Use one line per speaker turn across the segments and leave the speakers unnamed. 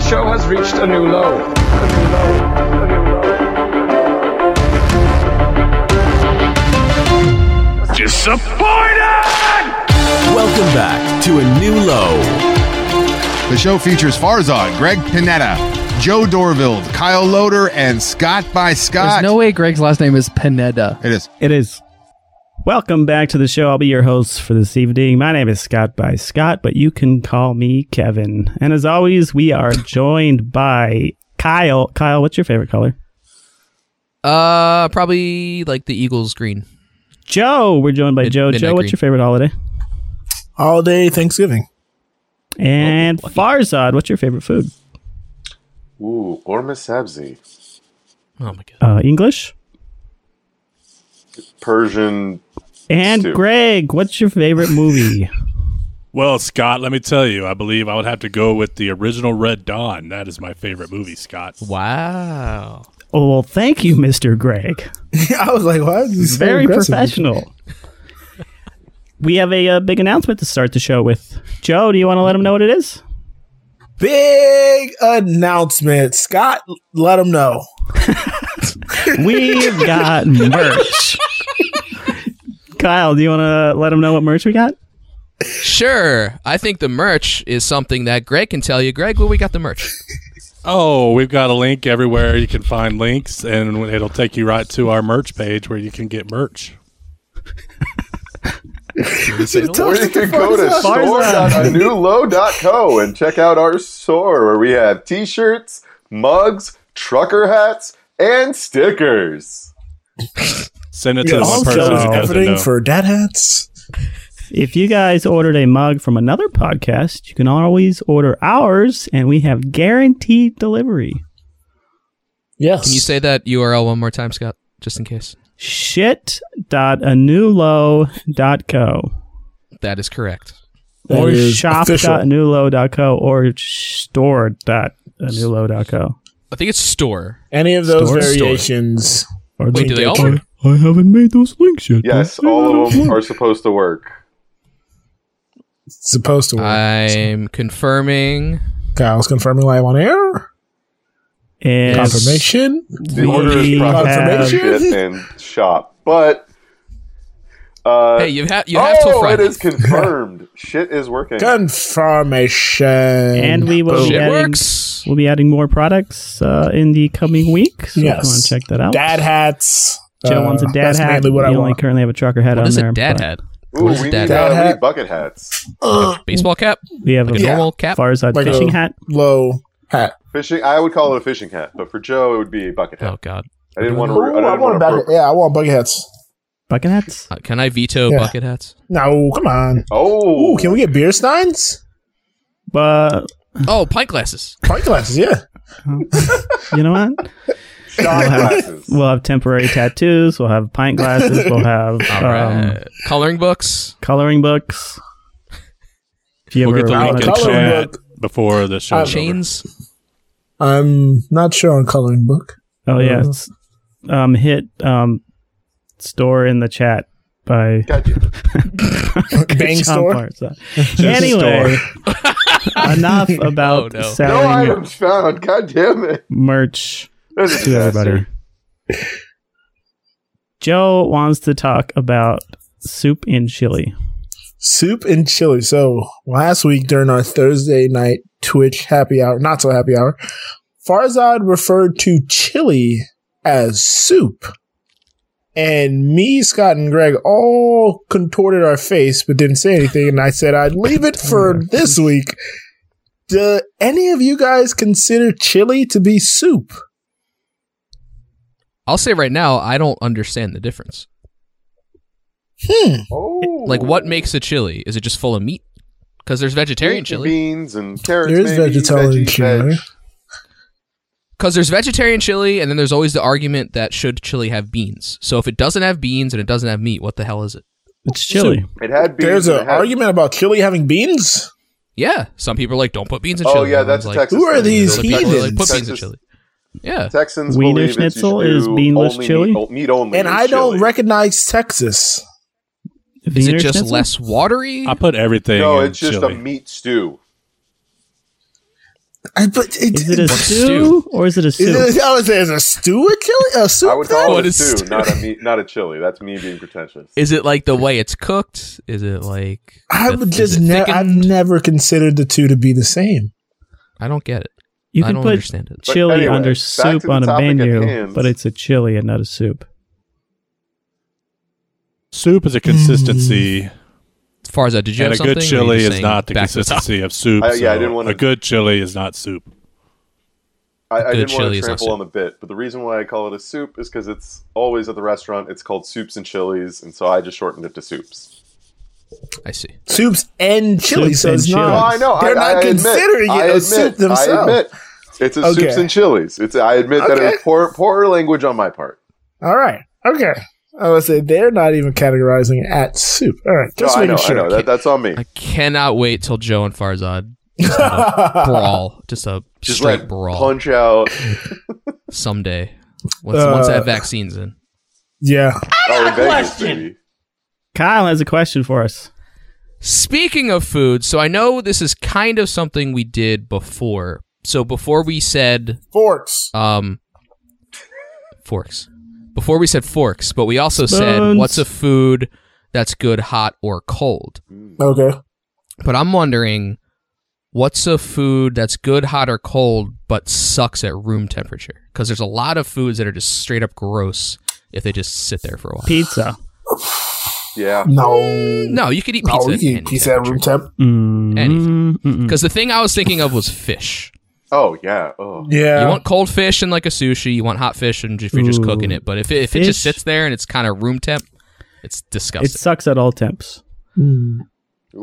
show has reached a new low.
Disappointed!
Welcome back to a new low.
The show features Farzad, Greg Panetta, Joe Dorville, Kyle Loader, and Scott by Scott.
There's no way Greg's last name is Pineda.
it is.
It is. Welcome back to the show. I'll be your host for this evening. My name is Scott by Scott, but you can call me Kevin. And as always, we are joined by Kyle. Kyle, what's your favorite color?
Uh, probably like the Eagles green.
Joe. We're joined by
Mid-
Joe.
midnight
Joe, what's
green.
your favorite holiday?
All day Thanksgiving.
And Farzad, what's your favorite food?
Ooh, Orma Sabzi.
Oh my god.
Uh, English.
Persian.
And
Stew.
Greg, what's your favorite movie?
Well, Scott, let me tell you, I believe I would have to go with the original Red Dawn. That is my favorite movie, Scott.
Wow.
oh, well, thank you, Mr. Greg.
I was like, why is this so
Very
aggressive?
professional. we have a, uh big announcement to start the show with. Joe, do you want to let him know what it is?
Big announcement. Scott, let him know.
We've got merch. Kyle, do you want to let them know what merch we got?
Sure. I think the merch is something that Greg can tell you. Greg, where we got the merch?
Oh, we've got a link everywhere you can find links, and it'll take you right to our merch page where you can get merch.
Or you can go to store.anewlow.co and check out our store where we have t shirts, mugs, trucker hats, and stickers.
Send it
We
to the
got
one
also
person who doesn't know.
everything for dad hats.
If you guys ordered a mug from another podcast, you can always order ours, and we have guaranteed delivery.
Yes.
Can you say that URL one more time, Scott, just in case?
Shit.anulo.co
That is correct.
That
or
is official.
shop.anulo.co or store.anulo.co.
I think it's store.
Any of those
Store.
variations.
Or
Wait, do they all
Thank you.
work?
I haven't made those links yet.
Yes, all of them are supposed to work.
It's supposed to work.
I'm confirming.
Kyle's confirming live on air.
And
Confirmation.
The order
We
is
have-
processed shit and shop. But uh,
Hey, you have you have
oh,
till Friday.
it is confirmed. shit is working.
Confirmation.
And we will be
Shit
adding,
works.
we'll be adding more products uh, in the coming week. So if
Yes.
you want to check that out.
dad hats.
Joe
Uh,
wants a dad
that's
hat.
mainly what
we
I
only
want.
currently have a trucker hat
What
on
is
there.
a dad
but
hat?
Ooh,
What is
we
dad
need,
hat?
uh, we
Dad
need bucket hats.
Baseball cap?
We have a
Like a
Yeah.
normal cap?
Farzad
Like a-
fishing hat.
Low hat.
Fishing. I would call it a fishing hat, but for Joe, it would be a bucket hat.
Oh god.
I didn't want to.
Ooh,
I didn't want
bucket.
to.
Yeah, I want bucket hats.
Bucket hats.
Uh, can I veto
Yeah.
bucket hats?
No, come on.
Oh,
Ooh, can we get beer steins?
But
Oh, pint glasses.
Pint glasses, yeah.
you know what?
shot glasses?
We'll have temporary tattoos. We'll have pint glasses. We'll have
All
um,
right. Coloring books.
coloring books. If you
We'll
ever
get the
wanna
link in
Coloring
chat
book.
before the show.
Chains.
I'm not sure on coloring book.
Oh
Uh,
yeah, it's, um, hit um, store in the chat by
Gotcha.
Bang
John
store?
Barzad. anyway, enough about
Oh, no.
No
selling
items found. God damn it!
merch
That's a
to
disaster.
everybody. Joe wants to talk about soup and chili.
Soup and chili. So last week during our Thursday night Twitch happy hour, not so happy hour, Farzad referred to chili as soup. And me, Scott, and Greg all contorted our face but didn't say anything. And I said I'd leave it for this week. Do any of you guys consider chili to be soup?
I'll say right now, I don't understand the difference.
Hmm.
Oh,
Like, what makes a chili? Is it just full of meat? Because there's vegetarian
Meat and
chili.
beans and carrots?
There is
maybe,
vegetarian
veggies,
chili.
veg.
Because there's vegetarian chili, and then there's always the argument that should chili have beans. So if it doesn't have beans and it doesn't have meat, what the hell is it?
It's chili.
It had beans.
There's
and it
an
had-
argument about chili having beans.
Yeah, some people are like, don't put beans in
Oh,
chili.
yeah,
and
that's
I'm like,
Texas.
Who are
thing.
these
other people are like, put
heathens?
beans in
Texas-
chili. Yeah,
Texans
Wiener
believe it's you
schnitzel
should
is
do
beanless
only
chili?
Meat, o- meat only.
and
is
I don't
chili.
recognize Texas.
is
Wiener
it just
schnitzel?
Uh,
less watery?
I put everything.
No,
in
it's just
chili.
a meat stew.
I, but it,
Is it a
What's
stew or is it a
is
soup?
it- I would say, is a stew a chili? A soup?
I would
then?
call
What
it a
is
stew,
stew?
not a meat, not a chili. That's me being pretentious.
Is it like the way it's cooked? Is it like
I
the-
would
is
just
it
never. I've
thickened?
never considered the two to be the same.
I don't get it.
You
I
can
don't
put
understand it.
But
chili
anyway,
under
back
soup
to the
on a
topic at
menu,
hand.
but it's a chili and not a soup.
Soup is a consistency,
Farza, did you
and a
have something?
good
or were you
chili
just
is
saying
not the
back to top?
consistency of soup.
I- yeah, I
so
didn't wanna-
A good chili is not soup.
I, I
Good
didn't want
chili
to
is not
trample
soup.
on the bit, but the reason why I call it a soup is because it's always at the restaurant. It's called soups and chilies, and so I just shortened it to soups.
I see.
Soups and chili,
Soups
so it's
and
not.
chili.
Well, I know
They're
I,
not
I
considering it
admit, I
a
admit,
soup
I
themselves.
admit it's a soups
Okay.
and chilies. It's I admit that
Okay.
it's poor poor language on my part.
All right. Okay. I would say they're not even categorizing it at soup. All right. Just
no, I know,
making sure.
I know. That, that's on me.
I cannot wait till Joe and Farzad brawl, just a
Just
straight
like
brawl
punch out. Oh,
someday. Once once
Uh,
that vaccine's in,
yeah.
Oh, in Vegas, baby.
Kyle has a question for us.
Speaking of food, so I know this is kind of something we did before. So before we said
Forks.
um forks. Before we said forks, but we also said
Spoons.
what's a food that's good hot or cold.
Okay.
But I'm wondering what's a food that's good hot or cold but sucks at room temperature? Cuz there's a lot of foods that are just straight up gross if they just sit there for a while.
Pizza.
Yeah.
No.
No, you could eat pizza.
No, we
at
can
any
eat pizza at room temp.
Anything.
Mm-hmm. Mm-mm.
Because the thing I was thinking of was fish.
Oh yeah. Oh.
Yeah.
You want cold fish and like a sushi. You want hot fish and if you're just
Ooh.
cooking it. But if it, if it just
Fish.
sits there and it's kind of room temp, it's disgusting.
It sucks at all temps.
Ooh.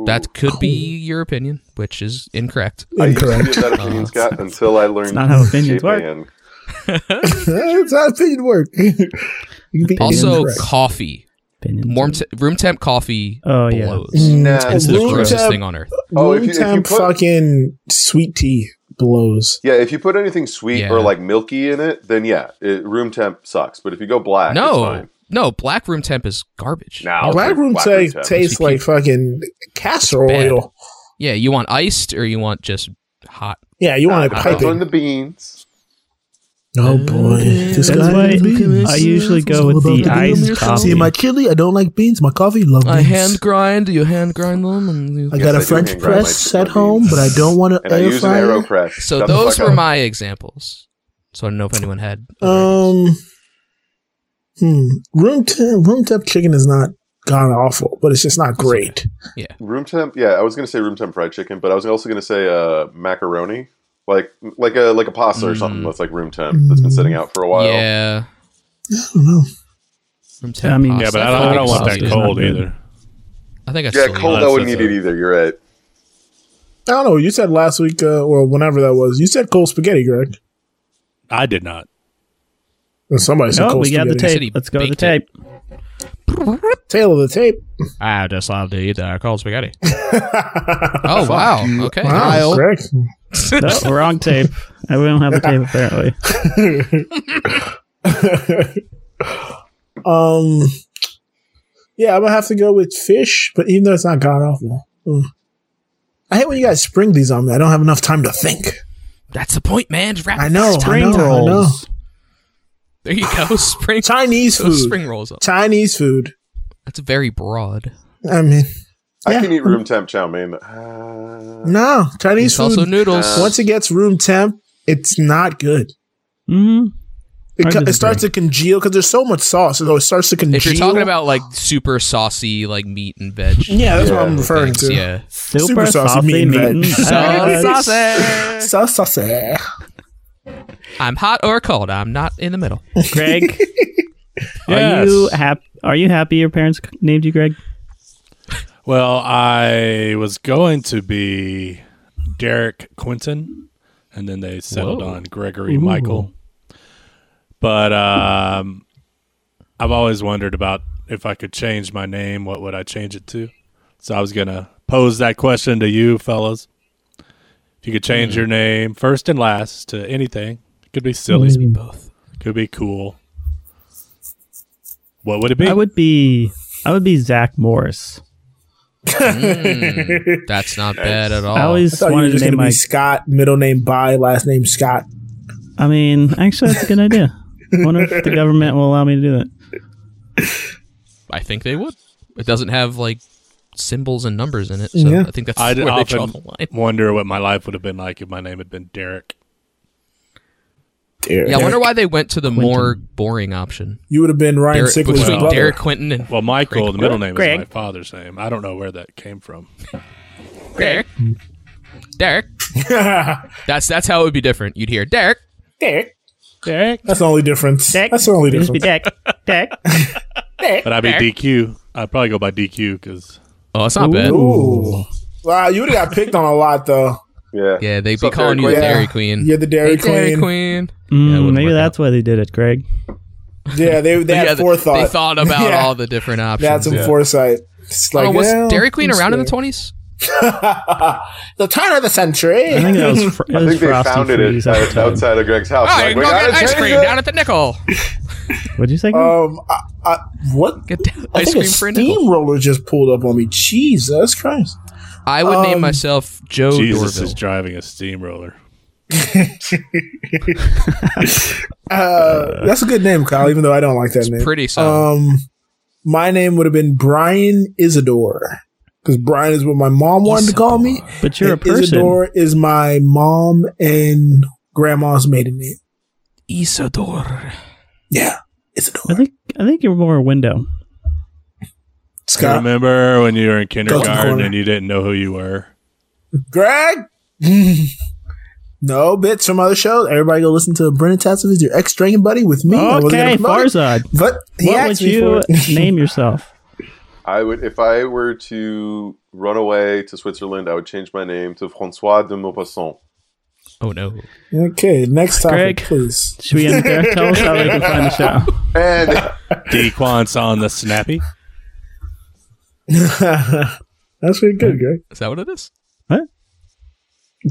that could be your opinion, which is incorrect.
I used to
Incorrect.
give that
Uh,
opinion, Scott, until I learned
not how opinions work.
Japan.
That's how opinion work. You can be
Also,
incorrect.
coffee.
Opinion.
Warm te- room temp coffee
Oh, yeah.
blows.
Nah,
It's the
Room
grossest
temp-
thing on earth.
Oh,
room
if you- if you
temp
put-
fucking sweet tea blows.
Yeah, if you put anything sweet or
Yeah.
like milky in it, then yeah, it, room temp sucks. But if you go black, it's
No,
fine.
no, black room temp is garbage.
Now
Black room temp tastes
You
like
keep-
fucking castor
bad.
oil.
Yeah, you want iced or you want just hot?
Yeah, you want to
I
pipe
don't-
on
it.
the beans.
Oh boy, this
That's why I usually go with the iced coffee.
See my chili, I don't like beans. My coffee, love beans.
grind. You hand grind them, and you
I got
Yes, I
a
do
French
hand grind my
press
chicken
at home,
beans.
but I don't want to
And I
air
use an
fryer.
AeroPress.
So
Shut the
those
fuck
were
up.
my examples. So I don't know if anyone had.
Um, hmm. Room temp, room temp chicken is not gone awful, but it's just not great.
room temp. Yeah, I was gonna say room temp fried chicken, but I was also gonna say uh, macaroni, like like a like a pasta or something that's like room temp that's been sitting out for a while.
Mm. yeah,
I don't know.
room temp.
I mean,
pasta.
Yeah, but I
feel
don't, I
like
don't
it's
want
still
that
It's
good.
not
cold
good.
either.
I think I
Yeah,
still eat
cold.
it.
I
Unless
wouldn't eat
it's
it
a-
either. You're right.
I don't know. You said last week, uh, or whenever that was, you said cold spaghetti, Greg.
I did not.
Or somebody said
Oh,
cold
we got
spaghetti.
the
Said he
tape. Let's go to the
baked it.
tape.
Tail of the tape.
I just love to eat uh, cold spaghetti. oh wow! Okay,
Wow, Greg.
No, wrong tape. I don't have the tape apparently.
Um, yeah, I'm gonna have to go with fish, but even though it's not god awful, mm. I hate when you guys spring these on me. I don't have enough time to think.
that's the point, man. Just wrap
I
it
know,
fast.
I
Spring
know, I know.
rolls.
There you go. Spring
Chinese
those
food.
spring rolls up.
Chinese food.
That's very broad.
I mean,
I
Yeah.
can eat room temp chow mein. Uh,
no Chinese
It's also
food. Uh,
noodles.
Once it gets room temp, it's not good.
Mm, I
It, co-
disagree.
it starts to congeal because there's so much sauce, so it starts to congeal.
if you're talking about like super saucy, like meat and veg,
yeah, that's what
Yeah,
I'm referring
things,
to.
yeah,
super,
Super saucy
saucy
meat
meat.
and veg.
and-
Sauce-
Uh,
saucy.
Sauce, sauce. eh.
I'm hot or cold. I'm not in the middle.
Greg, are
Yes.
you happy? Are you happy your parents c- named you Greg?
Well, I was going to be Derek Quinton, and then they settled on Gregory Michael. But um, I've always wondered about if I could change my name, what would I change it to? So I was going to pose that question to you, fellas. If you could change your name first and last to anything, it could be silly,
Both.
could be cool. What would it be?
I would be. I would be Zach Morris.
Mm, that's not bad at all.
I
Oh. I
always
thought you were
wanted to
just
name
gonna
my.
be Scott, middle name By, last name Scott.
I mean, actually, that's a good idea. I wonder if the government will allow me to do that.
I think they would. It doesn't have like symbols and numbers in it, so
Yeah.
I think that's
I'd
where they draw
often
the line.
wonder what my life would have been like if my name had been Derek.
Derek.
Yeah, I wonder why they went to the more boring option.
You would have been Ryan
Derek,
Sickley's
between
brother.
Derek Quinton and
Well, Michael, the middle name
Greg.
is my father's name. I don't know where that came from.
Derek.
Hmm.
Derek. That's that's how it would be different. You'd hear Derek.
Derek.
Derek.
That's the only difference. That's the only difference.
Deck. Deck.
But I'd be DQ. I'd probably go by DQ because
Oh, it's not bad.
Mm,
Ooh. Wow, you would have got picked on a lot though.
Yeah.
Yeah, they'd be
Sup,
calling
Dairy
you the
Queen? Yeah.
Dairy Queen.
You're the Dairy
Hey, Dairy
Queen.
Queen.
Mm,
Yeah, it wouldn't
maybe
work
that's why they did it, Greg.
Yeah, they they
Yeah,
had
they-
forethought.
They thought about
Yeah.
all the different options.
They had some foresight. It's like
oh, was
well,
Dairy Queen
it's
around in the
there.
twenties?
The turn of the century.
I think that was. Fr-
I think they founded it out-
Outside.
outside of Greg's house.
Oh, you
Like,
can
we
go
gotta
get ice
change
cream
it.
down at the nickel.
What'd you say? Greg?
um, I, I, what?
Get down-
I
ice
think a
cream for a nickel.
steamroller just pulled up on me. Jesus Christ!
I would name
Um,
myself Joe
Jesus
Dorville.
is driving a steamroller.
Uh, that's a good name, Kyle. Even though I don't like that name.
Pretty solid.
Um, my name would have been Brian Isidore because Brian is what my mom wanted to call me.
but you're a
and
person.
Isidore is my mom and grandma's maiden name.
Isidore.
Yeah,
I
Isidore.
think I think you're more a window.
I
Scott.
remember when you were in
the
kindergarten
corner.
and you didn't know who you were.
Greg. no bits from other shows. Everybody go listen to Brennan Tatsovitz, your ex drinking buddy, with me. I wasn't gonna
okay,
promote it,
Farzad.
But he
What would
asked me
you
for it.
name yourself?
I would, if I were to run away to Switzerland, I would change my name to Francois de Maupassant.
Oh no.
okay, next topic,
Greg.
please.
Should we end it there? Tell us how they can find the show.
And
Dequan's on the snappy.
That's pretty good, Greg.
Is that what it is?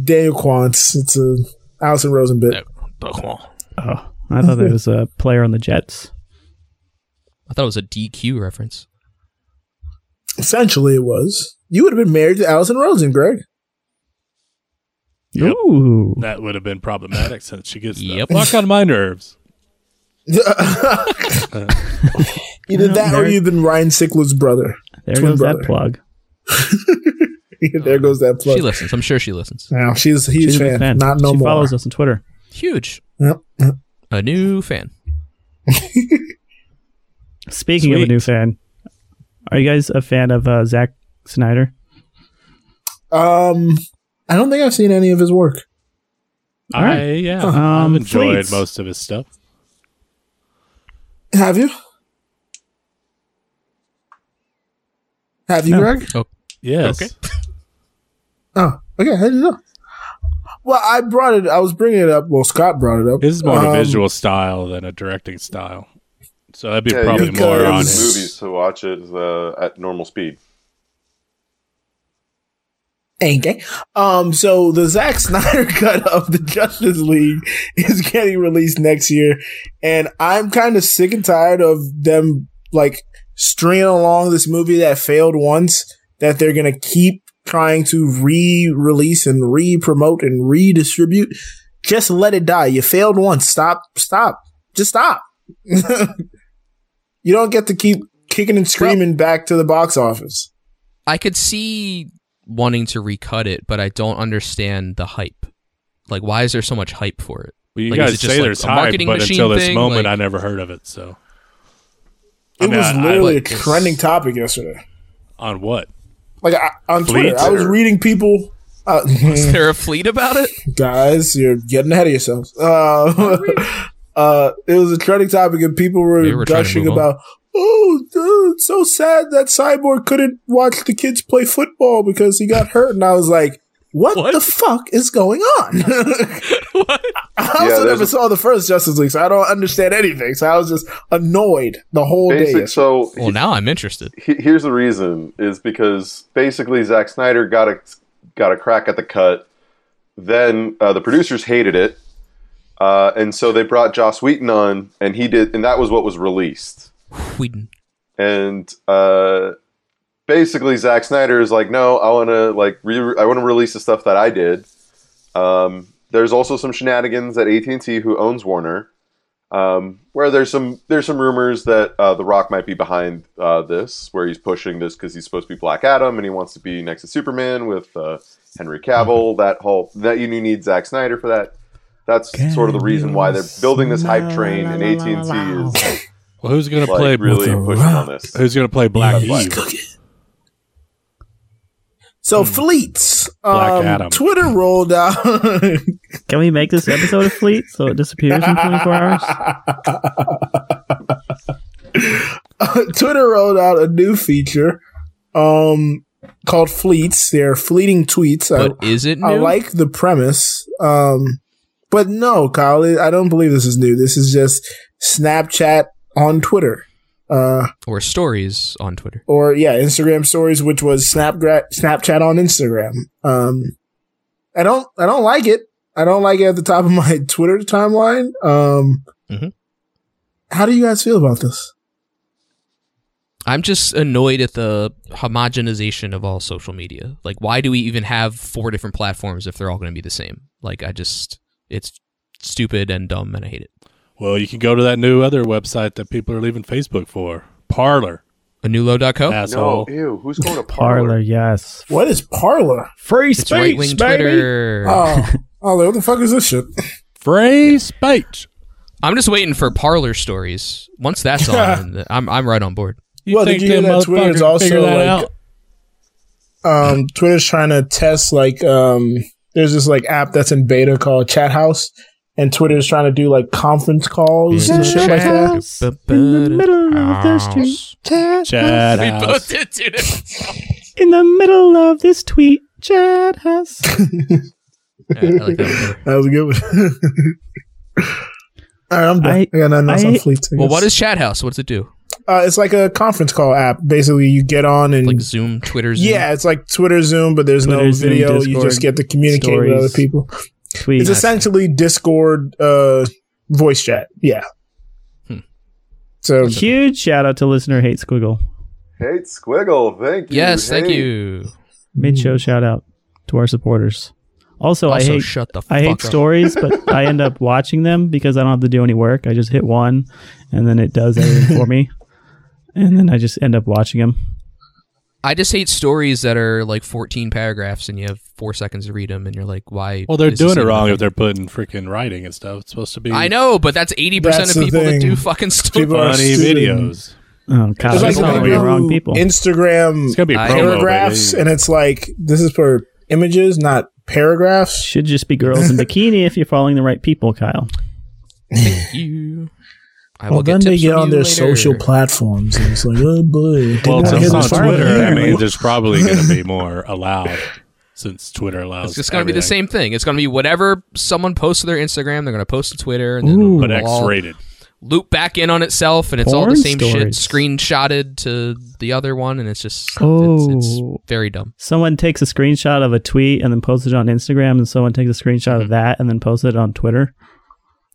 Daniel Quantz. It's a Allison Rosen bit.
No. I
Oh, I thought there was a player on the Jets.
thought it was a DQ reference.
Essentially, it was. You would have been married to Allison Rosen, Greg.
Ooh.
That would have been problematic since she gets
Yep.
the fuck on my nerves.
Either
No,
that or
Derek-
you've been Ryan Sickler's brother.
There
Twin
goes
brother.
that plug.
there goes that plug.
She listens. I'm sure she listens.
Now, she's he's
She's a
fan.
big fan.
Not no
she
more.
follows us on Twitter.
Huge.
Yep.
A new fan.
Speaking of a
Sweet.
new fan, are you guys a fan of uh, Zack Snyder?
Um, I don't think I've seen any of his work.
I
right.
yeah,
Um,
I've enjoyed
Fleets.
most of his stuff.
Have you? Have you,
No.
Greg?
Yes.
Okay.
Oh, okay. How did you know? Well, I brought it. I was bringing it up. Well, Scott brought it up.
This is more of a
Um,
visual style than a directing style. So that'd be
yeah,
probably
you
because-
more on his.
movies to watch it uh, at normal speed.
Ain't gay. Um, so the Zack Snyder cut of the Justice League is getting released next year, and I'm kind of sick and tired of them like stringing along this movie that failed once that they're gonna keep trying to re-release and re-promote and redistribute. Just let it die. You failed once. Stop. Stop. Just stop. you don't get to keep kicking and screaming back to the box office.
I could see wanting to recut it, but I don't understand the hype. Like, why is there so much hype for it?
Well, you
Like, is
guys
it just
say
like
there's
a
hype,
marketing
but
machine
until this
thing?
moment,
Like-
I never heard of it. So
It
I mean,
was
I- I
literally a
like this.
trending topic yesterday.
on what?
like I, on Twitter,
Fleet
I was
or-
reading people. Uh,
Is there a fleet about it?
guys, you're getting ahead of yourselves. Uh, uh, it was a trending topic, and people were,
They were trying to
gushing
move on.
about, "Oh, dude, it's so sad that Cyborg couldn't watch the kids play football because he got hurt." And I was like, "What,
What?
the fuck is going on?" I
Yeah,
also
there's
never
a-
saw the first Justice League, so I don't understand anything. So I was just annoyed the whole day.
Basic, so
Well, now I'm interested.
he- here's the reason is because basically Zack Snyder got a got a crack at the cut. Then uh, the producers hated it, uh, and so they brought Joss Wheaton on, and he did, and that was what was released.
Whedon.
And uh, basically Zack Snyder is like, no, I want to like re- I want to release the stuff that I did. Um, there's also some shenanigans at AT and T, who owns Warner, um, where there's some there's some rumors that uh, The Rock might be behind uh, this, where he's pushing this because he's supposed to be Black Adam and he wants to be next to Superman with uh, Henry Cavill. That whole that you need Zack Snyder for that. That's sort of the reason why they're building this hype train, and AT and T is
Well, who's gonna
like,
play
really pushing on this.
Who's gonna play Black Eve?
uh, So fleets.
Hmm. Black
um,
Adam.
Twitter rolled out.
Can we make this episode of Fleet so it disappears in 24 hours?
Twitter rolled out a new feature, um, called fleets. They're fleeting tweets. I-
But is it new?
I like the premise. Um, but no, Kyle, I don't believe this is new. This is just Snapchat on Twitter. Uh,
or stories on Twitter.
or yeah, Instagram stories, which was Snapgra- Snapchat on Instagram. Um, I don't, I don't like it. I don't like it at the top of my Twitter timeline. Um,
Mhm.
how do you guys feel about this?
I'm just annoyed at the homogenization of all social media. Like, why do we even have four different platforms if they're all going to be the same? Like, I just, it's stupid and dumb, and I hate it.
Well, you can go to that new other website that people are leaving Facebook for, Parlor.
Anulo.co?
Asshole.
no, ew, who's going to
Parlor,
parlor?
yes.
What is Parlor?
Free
It's right wing Twitter.
Oh, oh, what the fuck is this shit?
Free speech.
I'm just waiting for parlor stories. Once that's on, I'm, I'm right on board.
You
Well, did you hear
them
that Twitter
motherfuckers
is also
figure
like- um, Twitter's trying to test like um, there's this like app that's in beta called Chat House, and Twitter's trying to do like conference calls and shit like that.
In the middle of the street. Chat.
Chat
We
house.
both did do that.
In the middle of this tweet. Chat house.
Alright, I like that one better.
That was a good. One. All right, I'm done. I,
I-
got nothing else on
I-
fleets. I
Well,
guess.
what is Chat House? What does it do?
Uh, it's like a conference call app. Basically, you get on and
Like Zoom, Twitter, Zoom?
yeah, it's like Twitter Zoom, but there's no
Twitter, Zoom,
video. you
Discord,
just get to communicate with other
stories.
people.
Tweet.
It's essentially Discord uh, voice chat. Yeah.
Hmm.
So
Huge shout out to listener Hate Squiggle.
Hate Squiggle, thank you.
Yes, thank
Hey.
you.
Mid show shout out to our supporters. Also, I
Hmm. also,
hate
shut the fuck
I hate
up.
stories, but I end up watching them because I don't have to do any work. I just hit one, and then it does everything for me, and then I just end up watching them.
I just hate stories that are like 14 paragraphs and you have four seconds to read them and you're like, why?
Well, they're
is
doing
this
it
even
wrong
happening?
if they're putting freaking writing and stuff. It's supposed to be
I know, but that's 80%
That's
of
the
people that
thing.
do fucking stories.
People are
funny
student-
videos.
Oh
It's
God,
It's
like
that's
all
probably
the
the wrong people.
Instagram
It's gonna be
I-
promo,
paragraphs,
baby.
and it's like this is for images, not paragraphs.
Should just be girls in bikini if you're following the right people, Kyle.
Thank you. I
Well,
will
then
get
they
tips
get
from
on
you
their
later.
social platforms, and it's like, oh boy.
Well,
Didn't
since
hit
it's
the
on
fire
Twitter, I
button.
mean, there's probably going to be more allowed since Twitter allows.
It's just going to be the
everything,
same thing. It's going to be whatever someone posts to their Instagram, they're going to post to Twitter, and then
Ooh.
it'll
but
all
X-rated.
loop back in on itself, and it's all the
Porn
same shit
stories.
screenshotted to the other one, and it's just it's,
Oh.
it's very dumb.
Someone takes a screenshot of a tweet and then posts it on Instagram, and someone takes a screenshot
Hmm.
of that and then posts it on Twitter.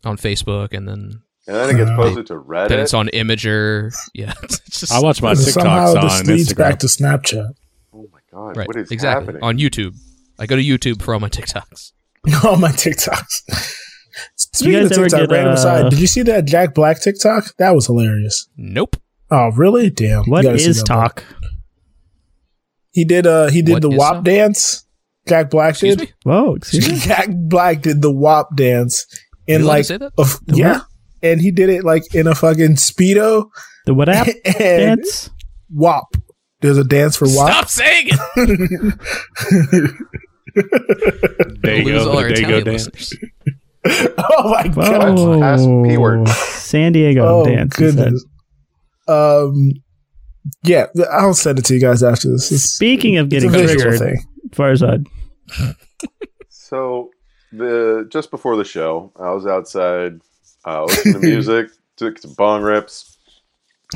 On Facebook, and then,
And then it gets posted to
Uh, then it's
Reddit.
on Imager. Yeah, it's just
I watch my
Somehow
TikToks on
this leads
Instagram.
back to Snapchat.
oh my god,
right
what is
exactly
happening?
on YouTube. I go to YouTube for all my TikToks.
All my TikToks.
You
Speaking
guys
of
ever
TikTok,
get,
random
uh,
aside, did you see that Jack Black TikTok? That was hilarious.
Nope.
Oh, really? Damn.
What
You gotta see
is
that one.
talk?
He did. Uh, he did
What
the
is
WAP
talk?
dance. Jack Black
Excuse
did.
me.
Whoa, excuse me.
Jack Black did the WAP dance in
You allowed to
like
say that?
a f- yeah, and he did it like in a fucking speedo
The what app?
and
Dance.
WAP. There's a dance for WAP.
Stop saying it. We'll lose all
Dago,
our
the Dago
Italian
dance.
listeners.
Oh my god.
Ask P word.
Whoa. San Diego
Oh
dance. he said.
goodness. Um. Yeah, th- I'll send it to you guys after this. It's,
Speaking of
it's a
getting
visual
triggered,
thing.
Farzad.
So the just before the show, I was outside uh, listening to music, took some bong rips,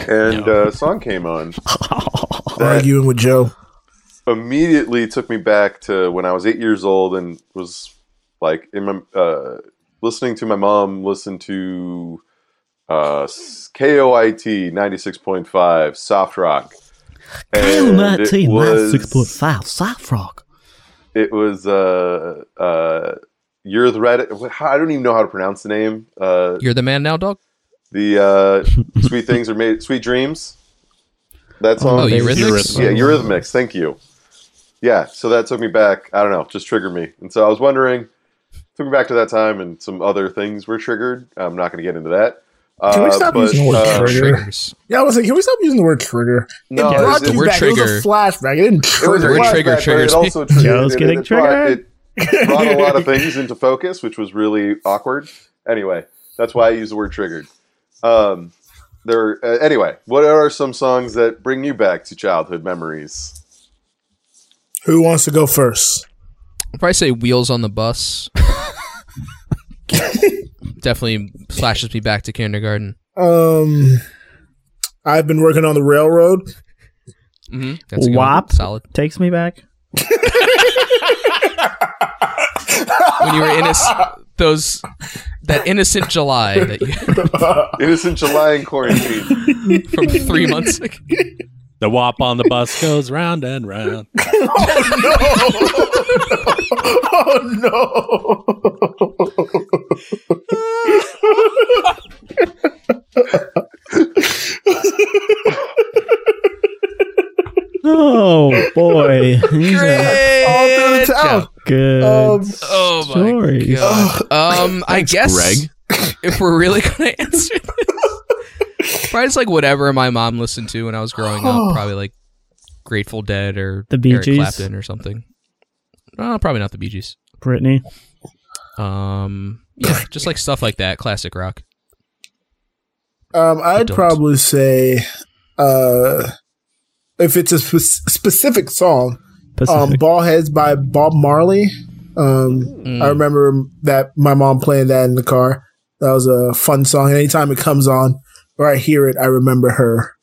and uh, a song came on that
Arguing with Joe.
immediately took me back to when I was eight years old and was like in my uh, listening to my mom listen to uh, KOIT ninety six point five soft rock. And it was-
five. Side frog.
It was uh uh you're the red. I don't even know how to pronounce the name. Uh,
You're the man now, dog.
the uh, sweet things are made. Sweet dreams. That's all.
Oh, Eurythmics?
Yeah, Eurythmics. Thank you. Yeah, so that took me back. I don't know, just triggered me, and so I was wondering. Took me back to that time, and some other things were triggered. I'm not going to get into that. Uh,
Can we stop using the word trigger?
Triggers.
Yeah, I was like, can we stop using the word trigger?
No,
it
it's-
brought
the
you
word
back. It
trigger-
was a flashback. It didn't
It was a
trigger.
word
flashback,
trigger
but
triggers
It also
Joe's
triggered.
getting
it, it, brought,
triggered.
it brought a lot of things into focus, which was really awkward. Anyway, that's why I use the word triggered. Um, there. Uh, anyway, what are some songs that bring you back to childhood memories?
Who wants to go first?
I'd probably say Wheels on the Bus. Definitely flashes me back to kindergarten.
Um, I've been working on the railroad.
Mm-hmm. That's a good one.
WAP
Solid.
takes me back.
When you were innocent, those that innocent July that you
Innocent July in quarantine.
from three months ago.
The wop on the bus goes round and round.
Oh boy, these are
All through the town.
good.
Um,
Oh my
Stories.
god. Um, I guess if we're really gonna answer this, probably just like whatever my mom listened to when I was growing up. Probably like Grateful Dead or
The Bee
Eric
Gees?
Clapton or something. Uh, probably not the Bee Gees.
Brittany.
Um, yeah, just like stuff like that, classic rock.
Um, I'd
Don't.
probably say, uh, if it's a spe- specific song, um,
Pacific.
"Ball Heads" by Bob Marley. Um,
Mm.
I remember that my mom playing that in the car. That was a fun song. And anytime it comes on or I hear it, I remember her.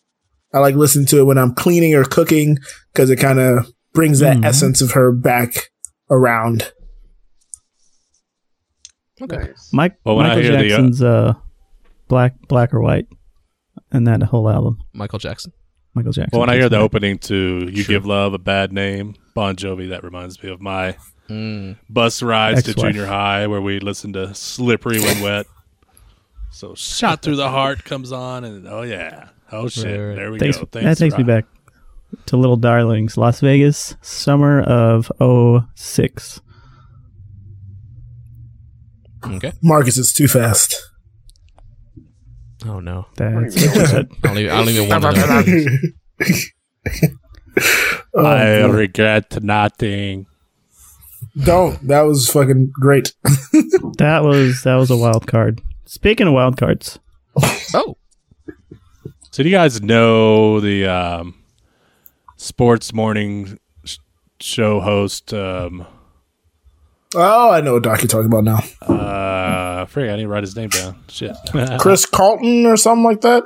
I like listen to it when I'm cleaning or cooking because it kind of brings that
Mhm.
essence of her back around.
Mike,
Well, when I
Michael
hear the, uh,
Jackson's uh, black, black or white, and that whole album.
Michael Jackson.
Michael Jackson.
Well, when I
takes
hear the
me back.
opening to "You Give Love a Bad Name," Bon Jovi, that reminds me of my
Hmm.
bus rides to
Ex-wife.
junior high where we listened to "Slippery When Wet." So "Shot Through the Heart" comes on, and oh yeah, oh shit,
Right, right.
there we
Thanks-
go.
that takes me
Rod.
back to Little Darlings, Las Vegas, summer of 06.
Okay.
Marcus is too fast.
Oh no,
That's what you said.
I don't even. I don't even want to. Know.
I regret nothing.
Don't. That was fucking great.
That was that was a wild card. Speaking of wild cards,
Oh,
So do you guys know the um, sports morning sh- show host? Um,
Oh, I know what doc you're talking about now.
uh, frig, I didn't write his name down. Shit,
Chris Carlton or something like that.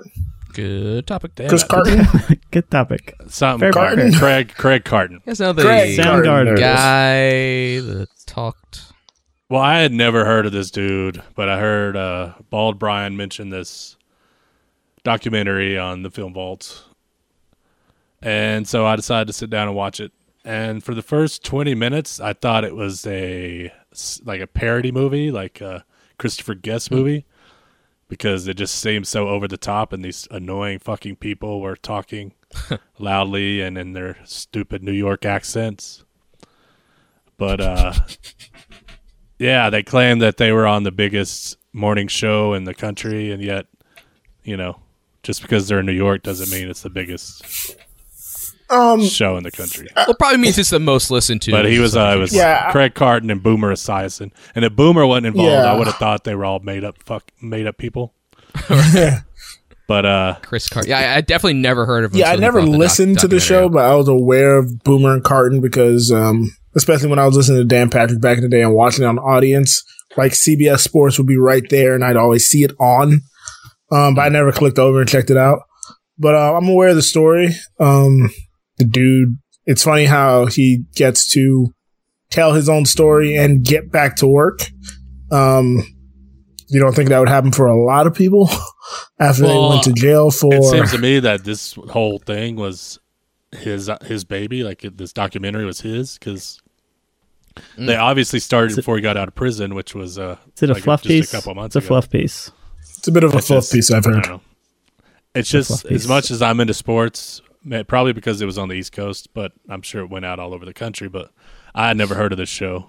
good topic. Damn
Chris
it.
Carton.
good topic.
something
Fair
Carton. Craig Craig Carton.
Yes, now the
Greg
Soundgarden.
Carton.
guy that talked.
Well, I had never heard of this dude, but I heard uh, Bald Brian mention this documentary on the Film Vault. And so I decided to sit down and watch it. And for the first 20 minutes, I thought it was a s- like a parody movie, like a Christopher Guest movie because it just seemed so over the top and these annoying fucking people were talking loudly and in their stupid New York accents. But uh yeah, they claimed that they were on the biggest morning show in the country, and yet, you know, just because they're in New York doesn't mean it's the biggest
Um,
show in the country.
Well, probably means it's the most listened to.
But he was, uh, it was
Yeah, I-
Craig Carton and Boomer Esiason, and if Boomer wasn't involved,
Yeah.
I would have thought they were all made up, fuck, made up people. but uh,
Chris Carter. Yeah, I, I definitely never heard of him.
yeah, I
until he
never
brought the doc-
listened to the
documentary
show,
out.
but I was aware of Boomer and Carton because, um, especially when I was listening to Dan Patrick back in the day and watching it on audience, like CBS Sports would be right there, and I'd always see it on. Um, but I never clicked over and checked it out. But uh, I'm aware of the story. Um, the dude, it's funny how he gets to tell his own story and get back to work. Um, you don't think that would happen for a lot of people after
Well,
they went to jail for
it seems to me that this whole thing was his his baby. Like this documentary was his because they obviously started before he got out of prison, which was uh,
Is it a
like,
fluff
just
piece?
a couple months
it's a
ago.
fluff piece.
It's a bit of a
It's
fluff
just-
piece I've
I don't
heard.
know. It's
a
just
fluff piece.
as much as I'm into sports, ma- probably because it was on the East Coast, but I'm sure it went out all over the country. But I had never heard of this show,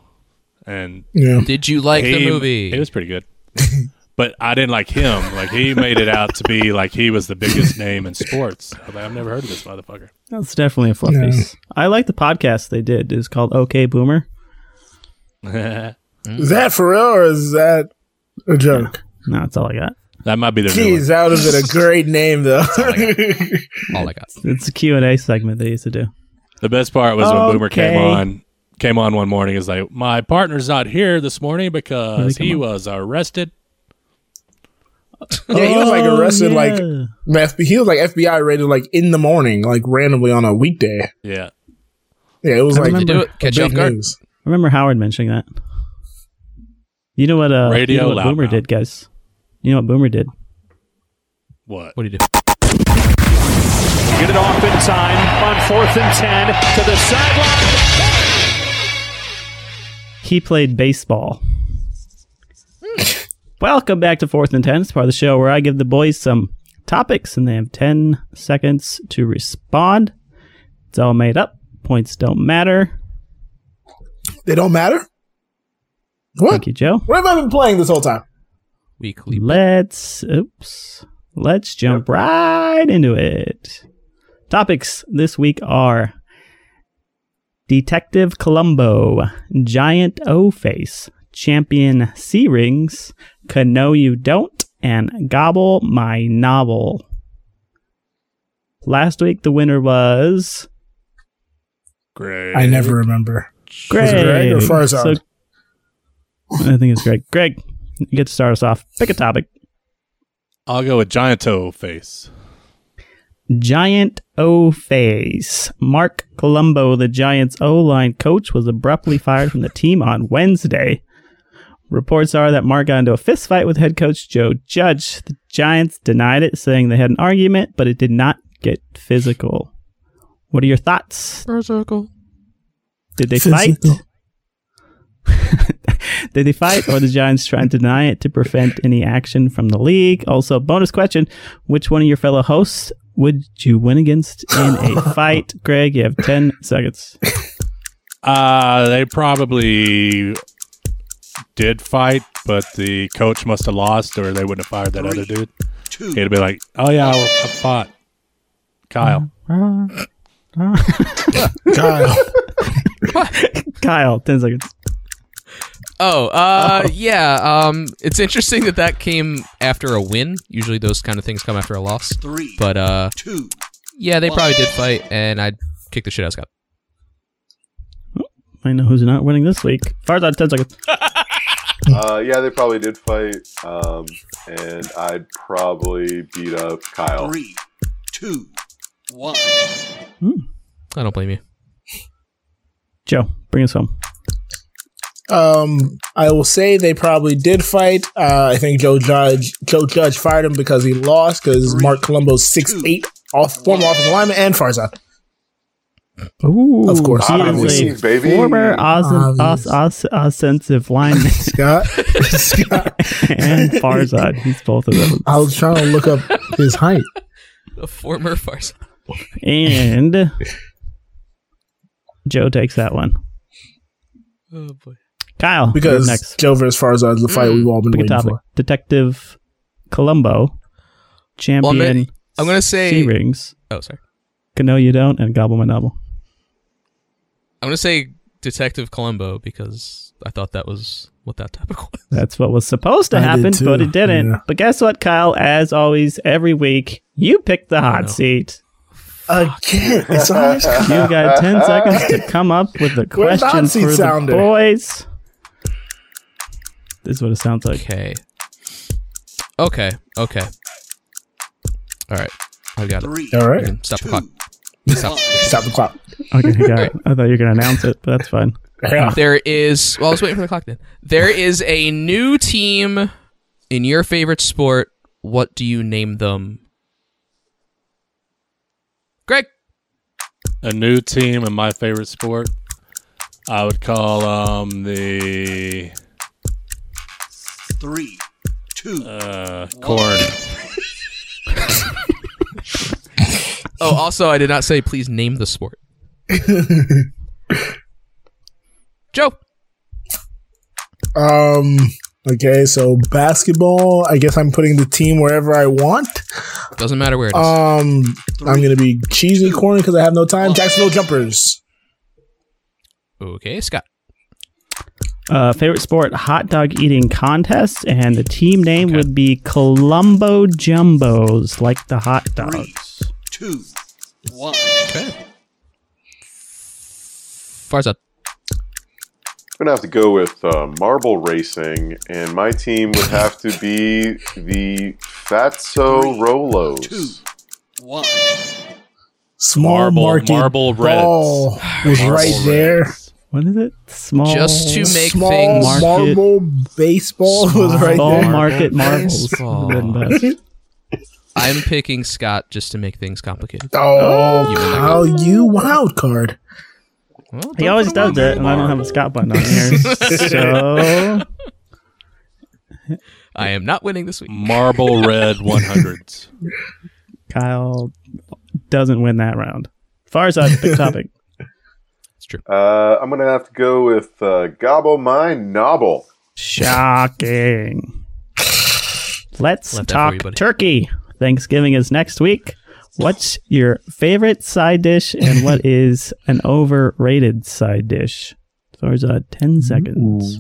and
Yeah.
Did you like the
he-
movie?
It was pretty good. But I didn't like him. Like he made it out to be like he was the biggest name in sports. I was like, I've never heard of this motherfucker.
That's definitely a fluff
Yeah.
piece. I like the podcast they did. It's called OK Boomer.
that
Is that for real or is that a joke?
No, that's all I got.
might be their new one.
Jeez, that would have been a great name though.
All I got.
It's a Q&A segment they used to do.
The best part was when Boomer
Okay.
came on. Came on one morning is like my partner's not here this morning because he was arrested.
yeah, he was like
Oh,
arrested like
yeah.
F- he was like FBI raided like in the morning, like randomly on a weekday.
Yeah,
Yeah, it was
I
like
You do it. Catch you off
big
guard.
news.
I remember Howard mentioning that. You know what uh
Radio
you know what
loud
Boomer
mouth.
did, guys? You know what Boomer did?
what?
What do you do?
Get it off in time on fourth and 10 to the sideline.
He played baseball. Welcome back to Fourth and Ten. It's part of the show where I give the boys some topics and they have 10 seconds to respond. It's all made up. Points don't matter.
They don't matter. What?
Thank you, Joe.
What have I been playing this whole time?
Weekly.
Let's oops. Let's jump right into it. Topics this week are Detective Columbo, Giant O Face, Champion Sea Rings, Can Know You Don't, and Gobble My Novel. Last week the winner was
Great.
I never remember.
Greg.
Greg or Farzad?
So- I think it's Greg. Greg, you get to start us off. Pick a topic.
I'll go with giant toe face.
Giant O face. Mark Colombo, the Giants O line coach, was abruptly fired from the team on Wednesday. Reports are that Mark got into a fist fight with head coach Joe Judge. The Giants denied it, saying they had an argument, but it did not get physical. What are your thoughts?
Circle.
Did they
Physical.
fight? Did they fight, or the Giants try and deny it to prevent any action from the league? Also, bonus question: Which one of your fellow hosts would you win against in a fight? Greg, you have ten seconds.
Uh, they probably did fight, but the coach must have lost, or they wouldn't have fired that other dude. he He'd be like, "Oh yeah, I, I fought Kyle."
Kyle.
Kyle, ten seconds.
Oh, uh, yeah. Um, it's interesting that that came after a win. Usually, those kind of things come after a loss. Three, but uh, two. Yeah, they probably did fight, and I'd kick the shit out of Scott.
I know who's not winning this week. Farzad, ten seconds.
Uh, yeah, they probably did fight, um, and I'd probably beat up Kyle.
I don't blame you.
Joe, bring us home.
Um, I will say they probably did fight. Uh, I think Joe Judge Joe Judge fired him because he lost because Mark Colombo's six eight off former offensive lineman and Farzad.
Ooh,
Of course.
he is
Obviously,
a
baby.
former awesome,
Obvious.
os, os, offensive lineman
Scott, Scott,
and Farzad. He's both of them.
I was trying to look up his height.
The former farce.
And Joe takes that one.
Oh boy.
Kyle,
Because
you're next
Joe versus Farzad is the fight we've all been
pick a
waiting
topic.
for.
Detective Columbo,
Well, I'm, gonna,
champion,
I'm gonna
sea
say.
rings.
Oh, sorry.
Cano, you don't, and gobble my novel.
I'm gonna say Detective Columbo because I thought that was what that topic was.
That's what was supposed to
I did
happen,
too,
but it didn't.
yeah.
But guess what, Kyle? As always, every week you pick the hot
no.
seat.
Again, it's always
You got ten seconds to come up with a
Where's the hot
question
seat
for
sounder?
the boys. This is what it sounds like.
Okay. Okay. Okay. All right. I've got it.
all
I
right.
can Stop the clock. Stop.
Stop the clock.
Okay, got it. I thought you were gonna announce it, but that's fine.
Yeah.
There is. Well, I was waiting for the clock then. There is a new team in your favorite sport. What do you name them? Greg.
a new team in my favorite sport, I would call um the
Three, two.
uh, corn.
Oh, also, I did not say please name the sport. Joe.
Um. Okay, so basketball. I guess I'm putting the team wherever I want.
Doesn't matter where it is.
Um, I'm gonna be cheesy corn because I have no time. Jacksonville Jumpers.
okay, Scott.
Uh, favorite sport hot dog eating contest, and the team name would be Columbo Jumbos, like the hot dog.
Three, two, one.
Farzad.
I'm gonna have to go with uh, marble racing, and my team would have to be the Fatso
Two,
Rolos.
one.
Small
Marble-
market.
Marble Reds.
ball was right there.
What is it? Small.
Just to make
Small
things
Market.
marble baseball was right
Small
there.
market marbles.
Baseball.
Bread and butter.
I'm picking Scott just to make things complicated.
Oh,
You were like-
Kyle, you wild card.
Well,
he always does that, and I don't have a Scott button on here. so
I am not winning this week.
Marble Red 100s.
Kyle doesn't win that round. Farzad, big topic.
It's true.
Uh, I'm gonna have to go with uh, Gobbo My Nobble.
Shocking.
Left
Let's
that for
talk
you, buddy.
turkey. Thanksgiving is next week. What's your favorite side dish and what is an overrated side dish? So it's uh, 10 seconds.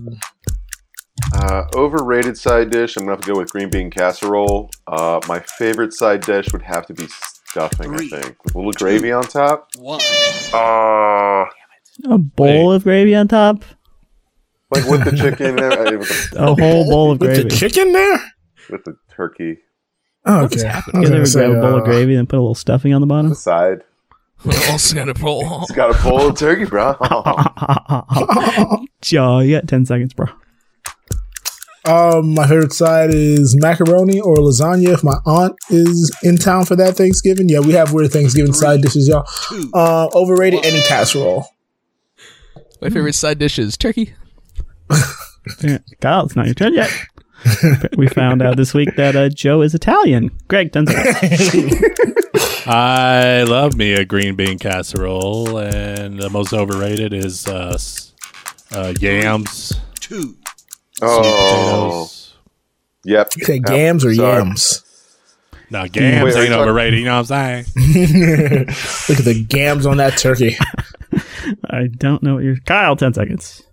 Uh, overrated side dish. I'm gonna have to go with green bean casserole. Uh, my favorite side dish would have to be stuffing.
Three,
I think with a little gravy on top.
One.
Uh,
A bowl of gravy on top?
like with the chicken, uh, with, the,
A whole bowl of
With
gravy.
the chicken there?
with the turkey
Oh, okay. I was
You
gonna
ever
say,
grab a bowl of
uh,
gravy and put a little stuffing on the bottom?
side.
We're also gonna roll.
It's got a bowl of turkey, bro.
Joe, you got 10 seconds, bro.
Um, my favorite side is macaroni or lasagna. If my aunt is in town for that Thanksgiving, yeah, we have weird Thanksgiving side dishes, y'all.
Two.
Uh, overrated any casserole.
My favorite side dish is turkey.
Yeah. Kyle, it's not your turn yet. we found out this week that uh, Joe is Italian. Greg, 10 seconds.
I love me a green bean casserole, and the most overrated is uh, s- uh, yams.
Two.
Oh,
potatoes.
yep.
You say gams or
Sorry.
yams?
Now, yams
Wait, are you
ain't
talking-
overrated. You know what I'm saying?
Look at the gams on that turkey.
I don't know what you're. Kyle, 10 seconds.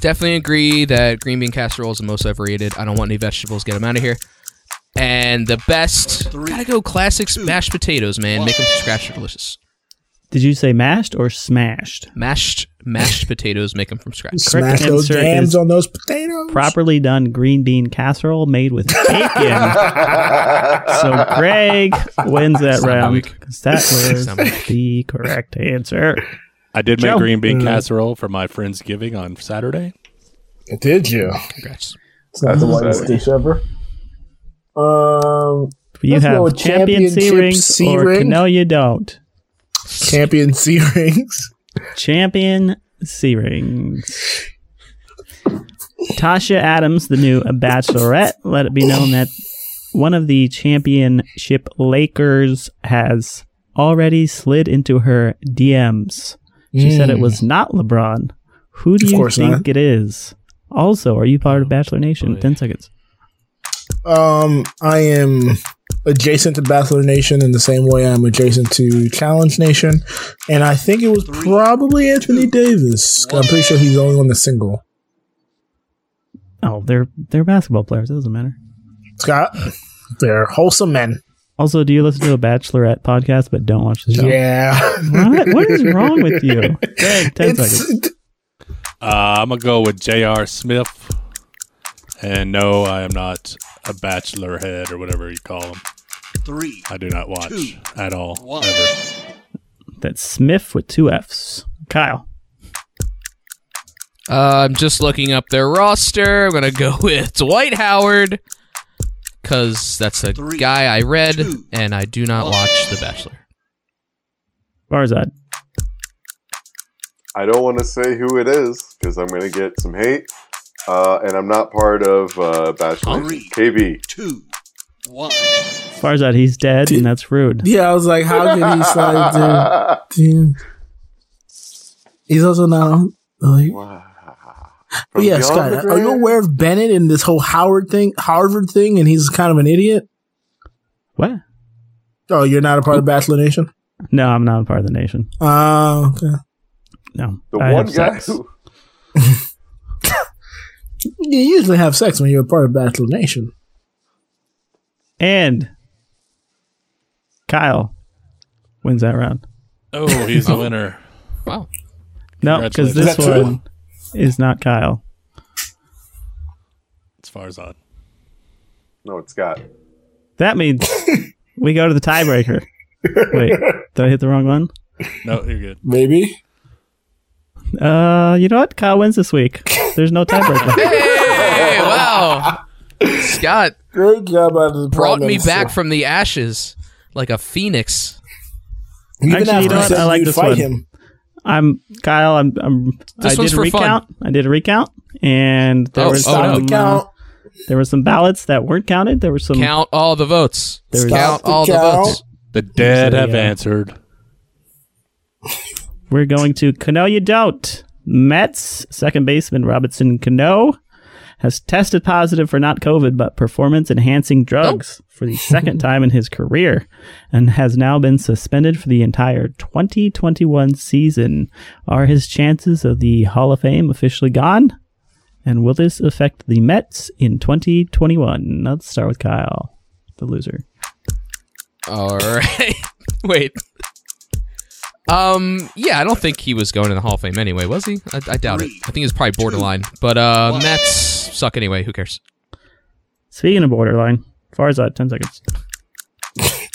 Definitely agree that green bean casserole is the most overrated. I don't want any vegetables. Get them out of here. And the best, gotta go classics mashed potatoes, man. Make them from scratch. They're delicious.
Did you say mashed or smashed?
Mashed mashed potatoes. Make them from scratch.
Smash those
answer
gams
is
on those potatoes.
Properly done green bean casserole made with bacon. so Greg wins that
not
round
weak.
'cause that was
not weak.
the correct answer.
I did make
Joe.
green
Mm.
bean casserole for my friend's giving on Saturday.
Did you?
Congrats.
It's not the whitest dish ever. Um,
You
Let's go
have
with
champion C
championship
rings
C
or
ring.
no, you don't.
champion C rings.
Champion C rings. Tasha Adams, the new Bachelorette, let it be known that one of the championship Lakers has already slid into her DMs. She said it was not LeBron. Who do
Mm. Of
you
course
think
not.
it is? Also, are you part of Bachelor Nation? Ten seconds.
Um, I am adjacent to Bachelor Nation in the same way I'm adjacent to Challenge Nation, and I think it was probably Anthony Davis. 'cause I'm pretty sure he's the only on the single.
Oh, they're they're basketball players. It doesn't matter.
Scott, they're wholesome men.
Also, do you listen to a Bachelorette podcast but don't watch the show?
Yeah,
What? What is wrong with you? Greg, ten seconds.
it's
Uh, I'm going to go with J.R. Smith. And no, I am not a bachelor head or whatever you call him.
Three.
I do not watch
Two.
at all.
One.
Ever.
That's Smith with two Fs. Kyle.
Uh, I'm just looking up their roster. I'm gonna go with Dwight Howard because that's the
Three,
guy I read,
two,
and I do not watch The Bachelor.
Farzad.
I don't want to say who it is because I'm going to get some hate, uh, and I'm not part of uh, Bachelor Nation. KB.
two, one.
Farzad, he's dead, and that's rude.
Yeah, I was like, how can he slide through? He's also not on. Like, but Oh, yeah,
beyond
Scott,
the
are you
grave?
aware of Bennett and this whole Howard thing, Harvard thing, and he's kind of an idiot?
What?
Oh, you're not a part of Bachelor Nation?
No, I'm not a part of the nation.
Oh, okay.
No,
The
I
one
have
guy
sex.
who
You usually have sex when you're a part of Bachelor Nation.
and Kyle wins that round.
Oh, he's the winner.
Wow.
No, because
Congratulations.
this
Is that
one is not Kyle.
It's Farzad.
no, it's Scott.
That means we go to the tiebreaker. Wait, did I hit the wrong one?
No, you're good.
Maybe.
Uh, you know what? Kyle wins this week. There's no tiebreaker.
Hey, wow. Scott
Great job out of the
brought
Prime
me
Minister.
back from the ashes like a phoenix.
Even
Actually,
after
you know
he
what?
said
I like
you'd
this
fight
one.
him.
Oh,
I'm Kyle. I'm. I'm
This
I
one's
did a
for fun.
recount. I did a recount, and there
Oh,
was
oh, no.
Stop
some,
the
uh,
count.
there were some ballots that weren't counted. There were some.
Count all the votes.
There is-
Count
Stop the
all the
count.
votes.
The dead
Yeah.
have answered.
We're going to Cano. You don't. Mets second baseman Robinson Cano has tested positive for not COVID but performance enhancing drugs for the second time in his career, and has now been suspended for the entire 2021 season. Are his chances of the Hall of Fame officially gone? And will this affect the Mets in 2021? Let's start with Kyle, the loser.
All right. Wait. Um. Yeah, I don't think he was going in the Hall of Fame anyway, was he? I, I doubt it. I think he was probably borderline. But uh, Mets suck anyway. Who cares?
Speaking of borderline, Farzad, 10 seconds.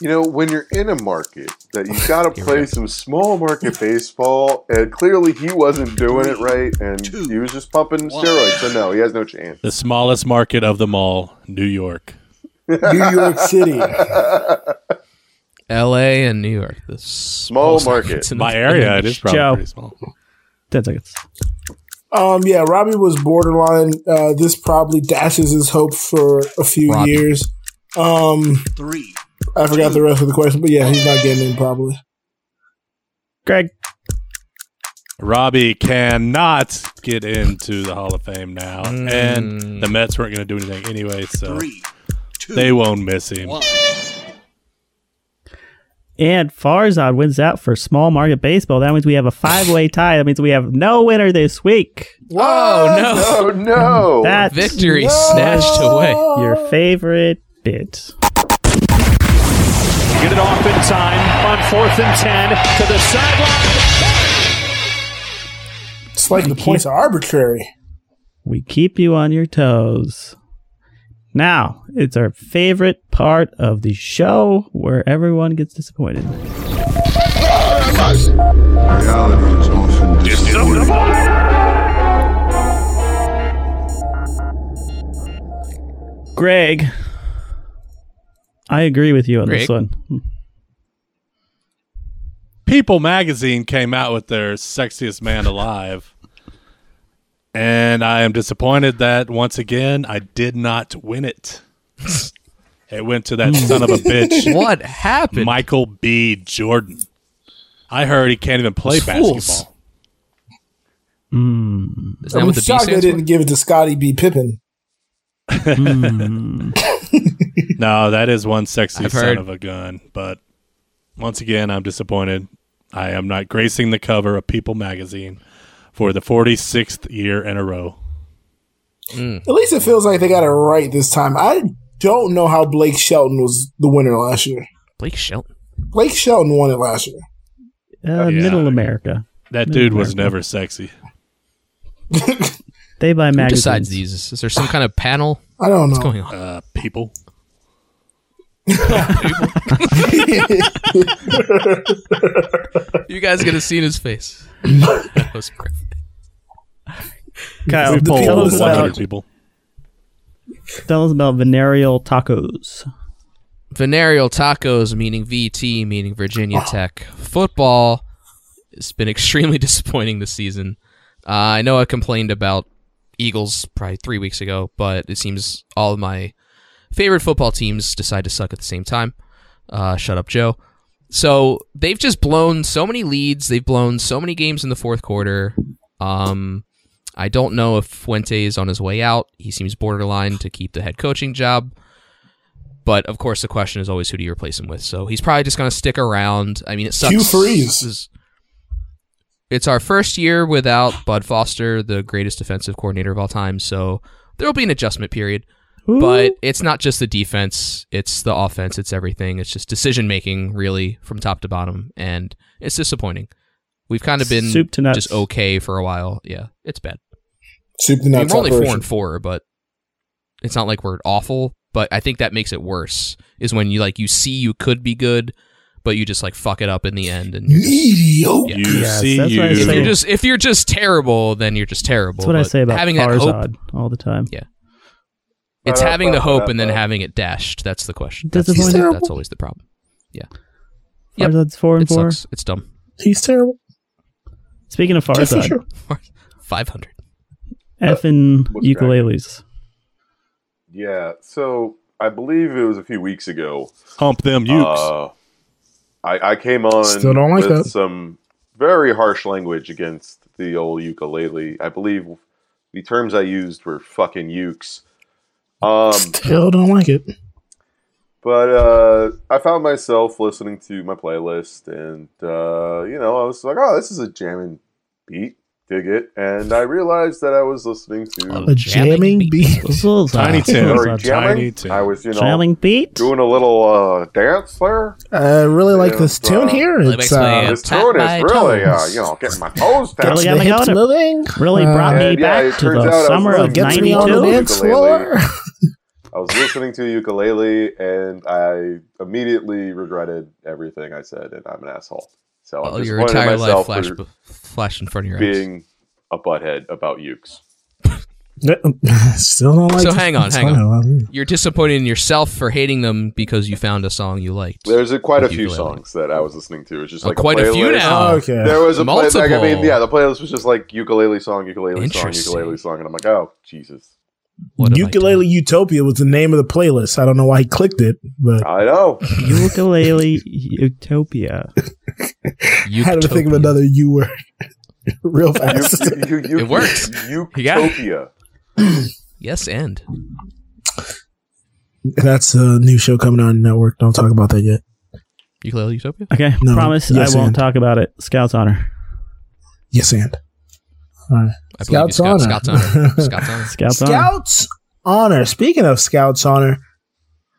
You know, when you're in a market, that you got to play some small market baseball, and clearly he wasn't doing it right, and he was just pumping steroids. So no, he has no chance.
The smallest market of them all, New York.
New York City.
L.A. and New York. The
Small
smallest
market.
markets in the-
My area, it is probably
Joe.
pretty small.
10 seconds.
Um, yeah, Robbie was borderline. Uh, this probably dashes his hope for a few
Robbie.
years. Um,
Three.
I forgot the rest of the question, but yeah, he's not getting in probably.
Greg.
Robbie cannot get into the Hall of Fame now,
Mm.
and the Mets weren't going to do anything anyway, so
Three, two,
they won't miss him.
one.
And Farzad wins out for small market baseball. That means we have a five way tie. That means we have no winner this week.
Oh no!
Oh no!
That's
Victory snatched away.
your favorite bit.
Get it off in time on fourth and ten to the sideline.
It's like the points are arbitrary.
We keep you on your toes. Now, it's our favorite part of the show where everyone gets disappointed. Greg, I agree with you on this
Greg?
one.
People magazine came out with their sexiest man alive. And I am disappointed that once again I did not win it. It went to that son of a bitch,
What happened?
Michael B. Jordan. I heard he can't even play
Those fools.
basketball.
Mm.
Is that
I'm
what the B
shocked they
stands for?
didn't give it to Scotty B. Pippen.
No, that is one sexy
I've
son
heard.
of a gun. But once again, I'm disappointed. I am not gracing the cover of People magazine for the 46th year in a row.
At least it feels like they got it right this time. I don't know how Blake Shelton was the winner last year.
Blake Shelton.
Blake Shelton won it last year.
Oh,
Uh,
Yeah.
Middle America.
That dude was
America.
never sexy.
They buy
Who
magazines.
decides these? Is there some kind of panel
I don't know.
going on?
Uh, people.
You guys gonna see in his face. that was perfect.
Kyle,
We polled
tell us
100
about
people.
Tell us about venereal tacos.
Venereal tacos, meaning VT, meaning Virginia Tech. Football has been extremely disappointing this season. Uh, I know I complained about Eagles probably three weeks ago, but it seems all of my favorite football teams decide to suck at the same time. Uh, shut up, Joe. So they've just blown so many leads. They've blown so many games in the fourth quarter. Um, I don't know if Fuente is on his way out. He seems borderline to keep the head coaching job. But of course, the question is always who do you replace him with? So he's probably just going to stick around. I mean, it sucks.
Hugh Freeze.
This is- It's our first year without Bud Foster, the greatest defensive coordinator of all time. So there will be an adjustment period. But it's not just the defense, it's the offense, it's everything. It's just decision making, really, from top to bottom. And it's disappointing. We've kind of been
Soup to nuts.
just okay for a while. Yeah, it's bad.
Soup to
I mean,
nuts
we're only four
operation.
and four, but it's not like we're awful. But I think that makes it worse is when you like you see you could be good, but you just like fuck it up in the end. And
Mediocre.
You see
that's what I
you.
if you're
say.
just if you're just terrible, then you're just terrible.
That's what I
but
say about
having that hope.
Farzad all the time.
Yeah. It's
Ba-da-ba-ba-ba-ba.
having the hope and then having it dashed. That's the question. That's,
Disappointing.
that's
Terrible.
always the problem. Yep.
Farzad's four and
It
four.
sucks. It's dumb.
He's terrible.
Speaking of
Yeah, for
Farzad,
sure.
Five hundred.
effing
what's that?
ukuleles.
Yeah. So I believe it was a few weeks ago.
Hump them ukes.
Uh, I, I came on
Still don't like
with
that.
some very harsh language against the old ukulele. I believe the terms I used were fucking ukes. Um,
Still don't like it.
but uh, I found myself listening to my playlist, and uh, you know, I was like, "Oh, this is a jamming beat, dig it." And I realized that I was listening to
A jamming beat.
Tiny Tim.
or
Farzad.
jamming.
Tiny Tim.
I was, you know,
Trailing beat.
doing a little uh, dance there.
I really like
Yeah,
this
uh,
tune here. It's uh,
Playback's
This tune
Oh, my
is really, uh,
toes.
you know, getting my toes down.
Really
gets the
got me
hips
going.
moving.
Really
Uh,
brought me
yeah, yeah,
back
it
to
turns out I
the
was
summer
wrong.
of
It gets
Gets me on the
92.
dance floor.
I was listening to ukulele, and I immediately regretted everything I said, and I'm an asshole. So
Oh,
I'm just
your
pointing at
entire life
myself
flash,
for
b- flash in front of your eyes.
being a butthead about ukes.
Still don't like
So
this.
hang on,
It's
hang
fine.
You're disappointed in yourself for hating them because you found a song you liked.
There's a, quite a few
Ukulele.
songs that I was listening to. It was just
Oh,
like
quite a few
playlist.
now.
Oh, okay.
There was a playlist. Like, I
Multiple.
mean, yeah, the playlist was just like ukulele song, ukulele song,
Interesting.
ukulele song, and I'm like, oh Jesus,
What have I
Ukulele Utopia was the name of the playlist. I don't know why he clicked it, but
I know.
Ukulele Utopia.
done?
I had to think of
Utopia.
another U word real fast.
You- you- you-
It worked. You got it.
Utopia.
Yes, and
That's a new show coming on the network. Don't talk about that yet.
ukulele utopia.
Okay,
No,
promise
yes
I won't
and.
talk about it. Scout's honor.
Yes, and. All right.
I believe you,
Scout's
Scott,
honor.
Scout's honor. Scout's honor.
Scout's honor.
Scouts honor. Speaking of Scouts honor,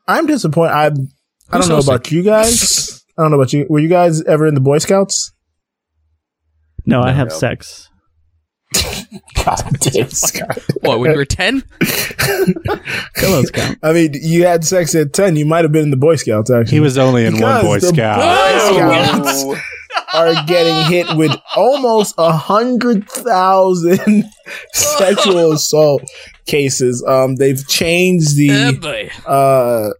I'm disappointed. I I
Who's
don't know
hosting?
about you guys. I don't know about you. Were you guys ever in the Boy Scouts?
No, I have
No.
sex.
God damn, Scott.
What? When you were ten?
Hello, Scout.
I mean, you had sex at ten. You might have been in the Boy Scouts. Actually,
he was only in one
Because
Boy
the
Scout.
Boy Scouts
Oh,
are getting hit with almost a hundred thousand sexual assault cases. Um, they've changed the.
Eh, boy.
uh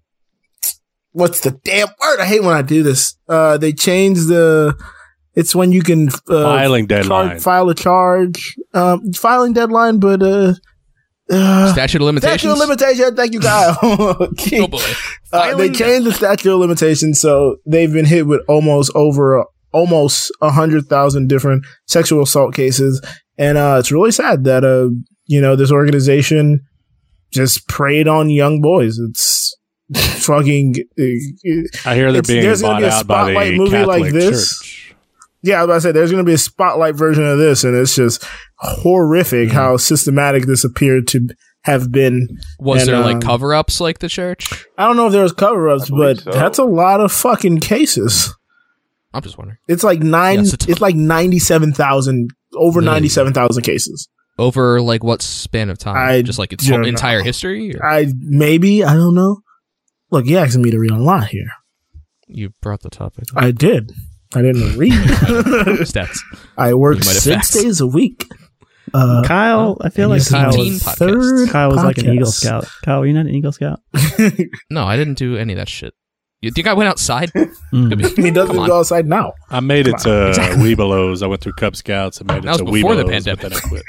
what's the damn word i hate when i do this uh they changed the it's when you can uh,
Filing deadline.
char- file a charge um filing deadline but uh, uh
Statute of limitations.
Statute of limitation. Thank you, Kyle.
Oh boy.
uh, they
Filing
changed the statute of limitations, so they've been hit with almost over almost a hundred thousand different sexual assault cases, and uh, it's really sad that uh, you know this organization just preyed on young boys. It's fucking uh,
I hear they're
It's-
being
there's
bought
gonna be a
out by
spotlight
the
movie
Catholic
like this.
Church.
yeah. I was about to say there's going to be a spotlight version of this, and it's just horrific
Mm-hmm.
how systematic this appeared to have been.
Was
And,
there
um,
like cover-ups like the church?
I don't know if there was cover ups, but
believe so.
that's a lot of fucking cases.
I'm just wondering.
It's like nine.
Yes, it's-
it's, like ninety seven thousand over
Really?
ninety seven thousand cases.
Over like what span of time?
I
just like its
don't
whole
know.
entire history. Or
I maybe I don't know. Look, you asking me to read a lot here.
you brought the topic.
I did. I didn't read.
Stats.
I
You
worked
might have
six
faxed.
days a week. Uh,
Kyle, I
and
feel like
this is my
Kyle
Teen
was,
podcast.
third
Kyle was like an Eagle
podcast.
Scout. Kyle, were you not an Eagle Scout?
No, I didn't do any of that shit. You think I went outside? Mm.
he doesn't
Come on.
go outside now.
I made it
Come on.
to Weebelows. I went through Cub Scouts. I made it
That was
to
before the
Weebelows, but
pandemic.
then I quit.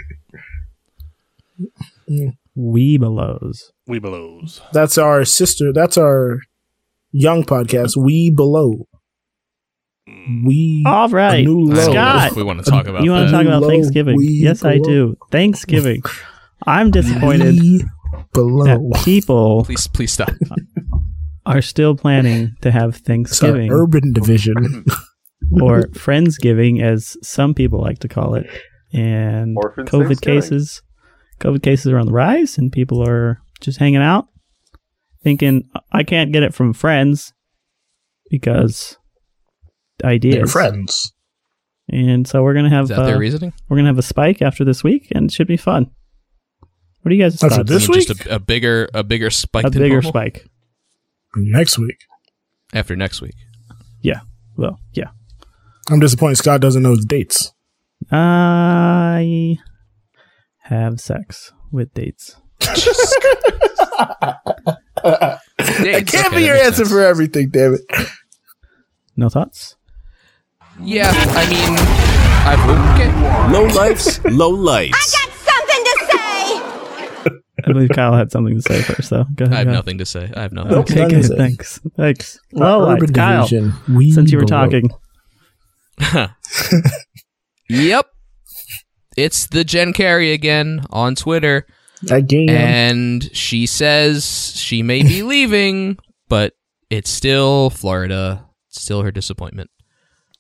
Weebelows.
Weebelows.
That's our sister. That's our young podcast. We below. We
All
a
right.
new low.
I don't know
Scott.
if we want to talk about
you
that.
want to talk about
Low,
Thanksgiving?
we
Yes, I
below.
do. Thanksgiving. I'm disappointed
We below.
that people
please, please stop.
are still planning to have
It's our
Thanksgiving
urban division.
or Friendsgiving, as some people like to call it. And
Orphan
COVID
Thanksgiving.
cases, COVID cases are on the rise, and people are just hanging out, thinking I can't get it from friends because ideas.
They're friends.
And so we're gonna have
Is that
uh,
their reasoning?
we're gonna have a spike after this week, and it should be fun. What do you guys'
After
thoughts?
this
I mean, just a, a bigger, a bigger spike.
a
than
bigger
normal?
spike.
Next week.
after next week.
Well, yeah.
I'm disappointed Scott doesn't know his dates.
I have sex with dates.
It can't be your answer for everything, damn it.
No thoughts?
Yeah, I mean, I've okay.
Low life's low lights.
something to say.
I believe Kyle had something to say first, though. Go ahead.
I have
Kyle.
nothing to say. I have nothing.
Nope.
Okay,
Nothing
good.
to say.
Thanks. Thanks. Well,
urban
Kyle,
division. We
since you were
below.
talking,
Yep, it's the Jen Carey again on Twitter,
that game.
and she says she may be leaving, but it's still Florida. It's still her disappointment,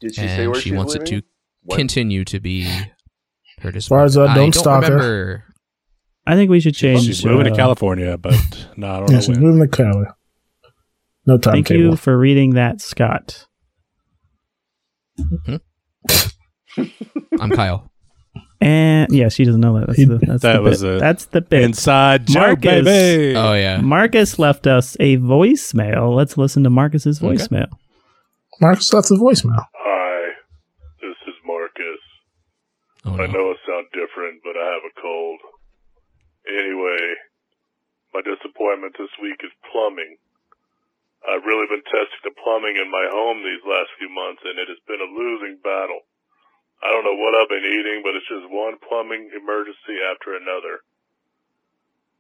Did she say
and
where
she
she's
wants
living?
it to
What?
continue to be her disappointment.
Farzad, don't
I don't
stalk her.
remember.
I think we should change.
She's moving
uh,
to California, but no, I don't
yeah,
know
she's
when.
moving to Cali. No
Thank you
timetable.
for reading that, Scott.
I'm Kyle.
And yeah, she doesn't know that. That's the, that's
That
the
was
bit.
a-
that's the bit.
Inside joke,
Marcus.
baby.
Oh yeah,
Marcus left us a voicemail. Let's listen to Marcus's
Okay.
voicemail.
Marcus left a voicemail.
Hi, this is Marcus.
oh,
I
no.
know I sound different, but I have a cold. Anyway, my disappointment this week is plumbing. I've really been testing the plumbing in my home these last few months, and it has been a losing battle. I don't know what I've been eating, but it's just one plumbing emergency after another.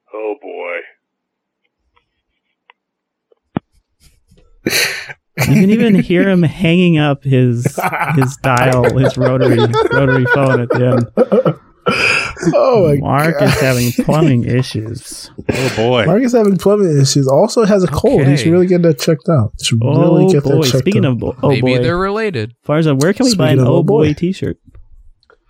Oh boy.
You can even hear him hanging up his his dial, his rotary rotary phone at the end.
Oh my
Mark is having plumbing issues.
Oh boy.
Marcus having plumbing issues. Also has a cold. He should
Okay.
really get that checked out. Should really
Oh
get
boy!
that checked
Speaking
out.
of bo- oh
Maybe
boy,
they're related.
Farza, where can we buy an
Speaking of
oh
oh
boy
boy.
T-shirt?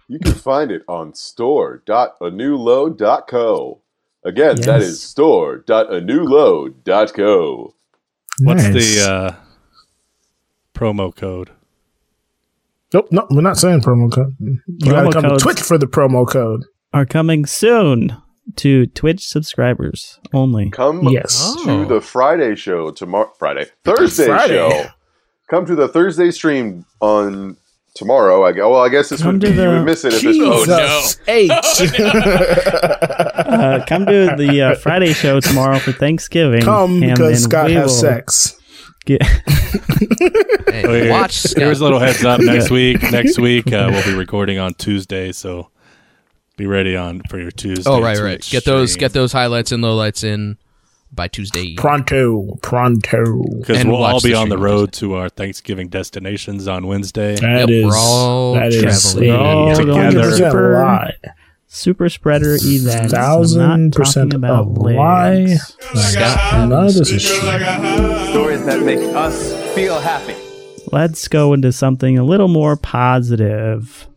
You can find it on store.anewlow.co. Again, that
Yes.
is store.anewlow.co.
What's
Nice.
the uh, promo code?
Nope, no, we're not saying promo code. You gotta
Promo
come
codes.
to Twitch for the promo code.
Are coming soon to Twitch subscribers only.
Come
Yes.
Oh.
to the Friday show tomorrow. Friday, Thursday
Friday.
show. Come to the Thursday stream on tomorrow. I go. Well, I guess this
Come
would
to
be, you
the-
would miss it if this
Jesus
was. Oh,
H.
Uh, come to the uh, Friday show tomorrow for Thanksgiving.
Come
and
because
then
Scott
we
has
will
sex.
Get,
Hey,
Wait,
watch.
Here's
Scott.
a little heads up. Next week, next week uh, we'll be recording on Tuesday, so be ready on for your Tuesday.
Oh right,
Twitch
right. Get those
stream.
get those highlights and lowlights in by Tuesday.
Pronto. Pronto.
because
And
we'll all
watch
be
the
on the
stream
road to our Thanksgiving destinations on Wednesday.
That is.
we're all
that is
traveling.
a
We're all going
to
100%
Japan.
lie.
super spreader events.
Thousand
I'm not
percent
talking about
a lie.
legs.
uh,
None of this is true.
Stories that make us feel happy.
Let's go into something a little more positive.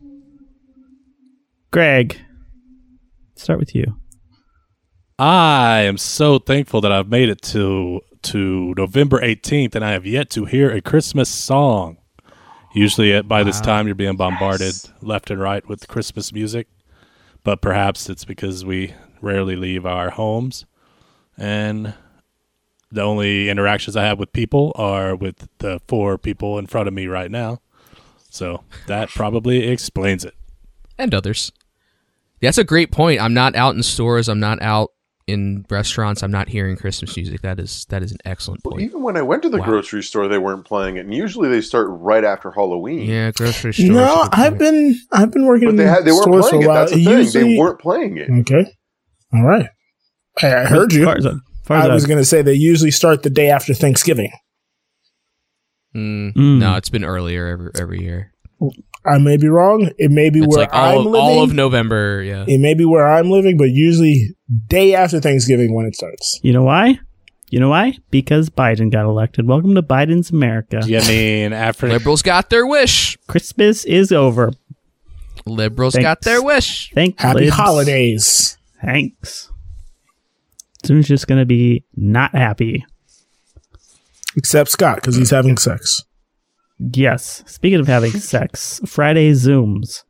Greg, start with you.
I am so thankful that I've made it to to November 18th, and I have yet to hear a Christmas song. Usually, at, by this time, you're being bombarded left and right with Christmas music, but perhaps it's because we rarely leave our homes, and the only interactions I have with people are with the four people in front of me right now. So that probably explains it.
and others. That's a great point. I'm not out in stores. I'm not out in restaurants, I'm not hearing Christmas music. That is that is an excellent point.
Even when I went to the grocery store, they weren't playing it. And usually they start right after Halloween.
Yeah, grocery
You know, I've been I've been working.
But they had- they weren't
stores
playing
for
it.
a while.
That's the thing. They
Usually- Mm.
weren't playing it.
Okay. All right. Hey, I heard you.
Farzad,
I was going to say they usually start the day after Thanksgiving.
Mm, No, it's been earlier every every year.
I may be wrong. It may be
It's
where
like all
I'm
of,
living.
all of November. Yeah,
it may be where I'm living, but usually day after Thanksgiving when it starts.
You know why? You know why? Because Biden got elected. Welcome to Biden's America.
Yeah, I mean, after
liberals got their wish.
Christmas is over.
Liberals
Thanks.
got their wish.
Thanks.
Happy
holidays.
Thanks. Soon's just gonna be not happy.
Except Scott, because he's having sex.
Yes. Speaking of having sex, Friday Zooms.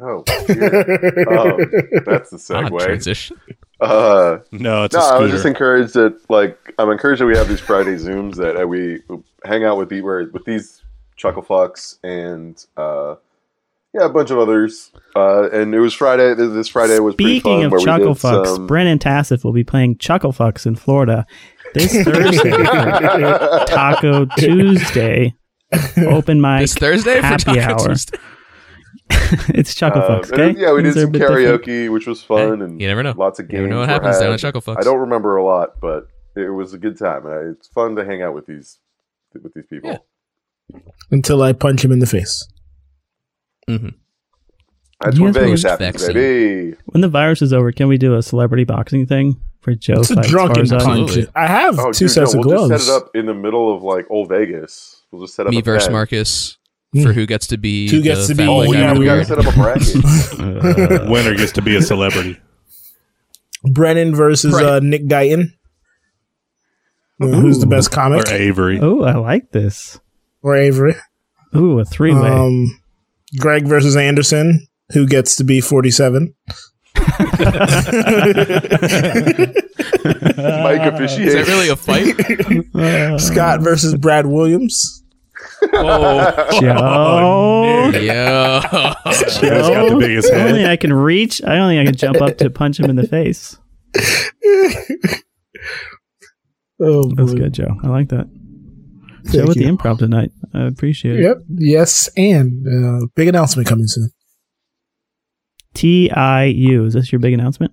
Oh, dear. Oh, that's the
Odd
segue.
Ah, transition.
Uh,
no, it's a
no. I was just
scooter.
encouraged that, like, I'm encouraged that we have these Friday zooms that uh, we hang out with the where with these chuckle fucks and uh, yeah, a bunch of others. Uh, and it was Friday. th- This Friday was pretty
Speaking
fun,
of
where we
Chuckle
did
Fucks,
some-
Brennan Tassif will be playing Chuckle Fucks in Florida this Thursday for Taco Tuesday. Open mic.
This Thursday for
happy
Taco
hour.
Tuesday.
it's Chuckle
Uh,
Fucks.
and
Okay?
Yeah, we did
Things are
some
a bit different.
karaoke, which was fun, and you never know. Lots of games.
never know what
were
happens down
had.
at Chuckle Fucks.
I don't remember a lot, but it was a good time, and I, it's fun to hang out with these with these people.
Until I punch him in the face.
That's
You
when
guys
Vegas
were-
happens,
Vaccine.
baby.
When the virus is over, can we do a celebrity boxing thing for Joe?
It's a
fights
drunken
Farzad?
punch. I have
Oh,
two
dude,
sets
no,
of
we'll
gloves.
Just set it up in the middle of like old Vegas. We'll just set up
Me
a
versus
bet.
Marcus for who gets to be
Who gets
the
to be-
fat
Oh,
white guy
yeah,
with
we
the
gotta
beard.
set up a bracket.
Uh, winner gets to be a celebrity.
Brennan versus uh, Nick Guyton. Uh, Who's the best comic?
Or Avery.
Oh, I like this.
Or Avery.
Ooh, a three way.
Um, Greg versus Anderson. Who gets to be 47?
Mike officiates.
Is that really a fight?
Uh,
Scott versus Brad Williams.
oh,
Joe.
yeah.
Oh, He's got the biggest
I don't
head.
think I can reach. I don't think I can jump up to punch him in the face.
Oh,
That's
boy.
good, Joe. I like that. Joe
Thank
with the
you.
improv tonight. I appreciate it.
Yep. Yes, and uh, big announcement coming soon.
TIU. Is this your big announcement?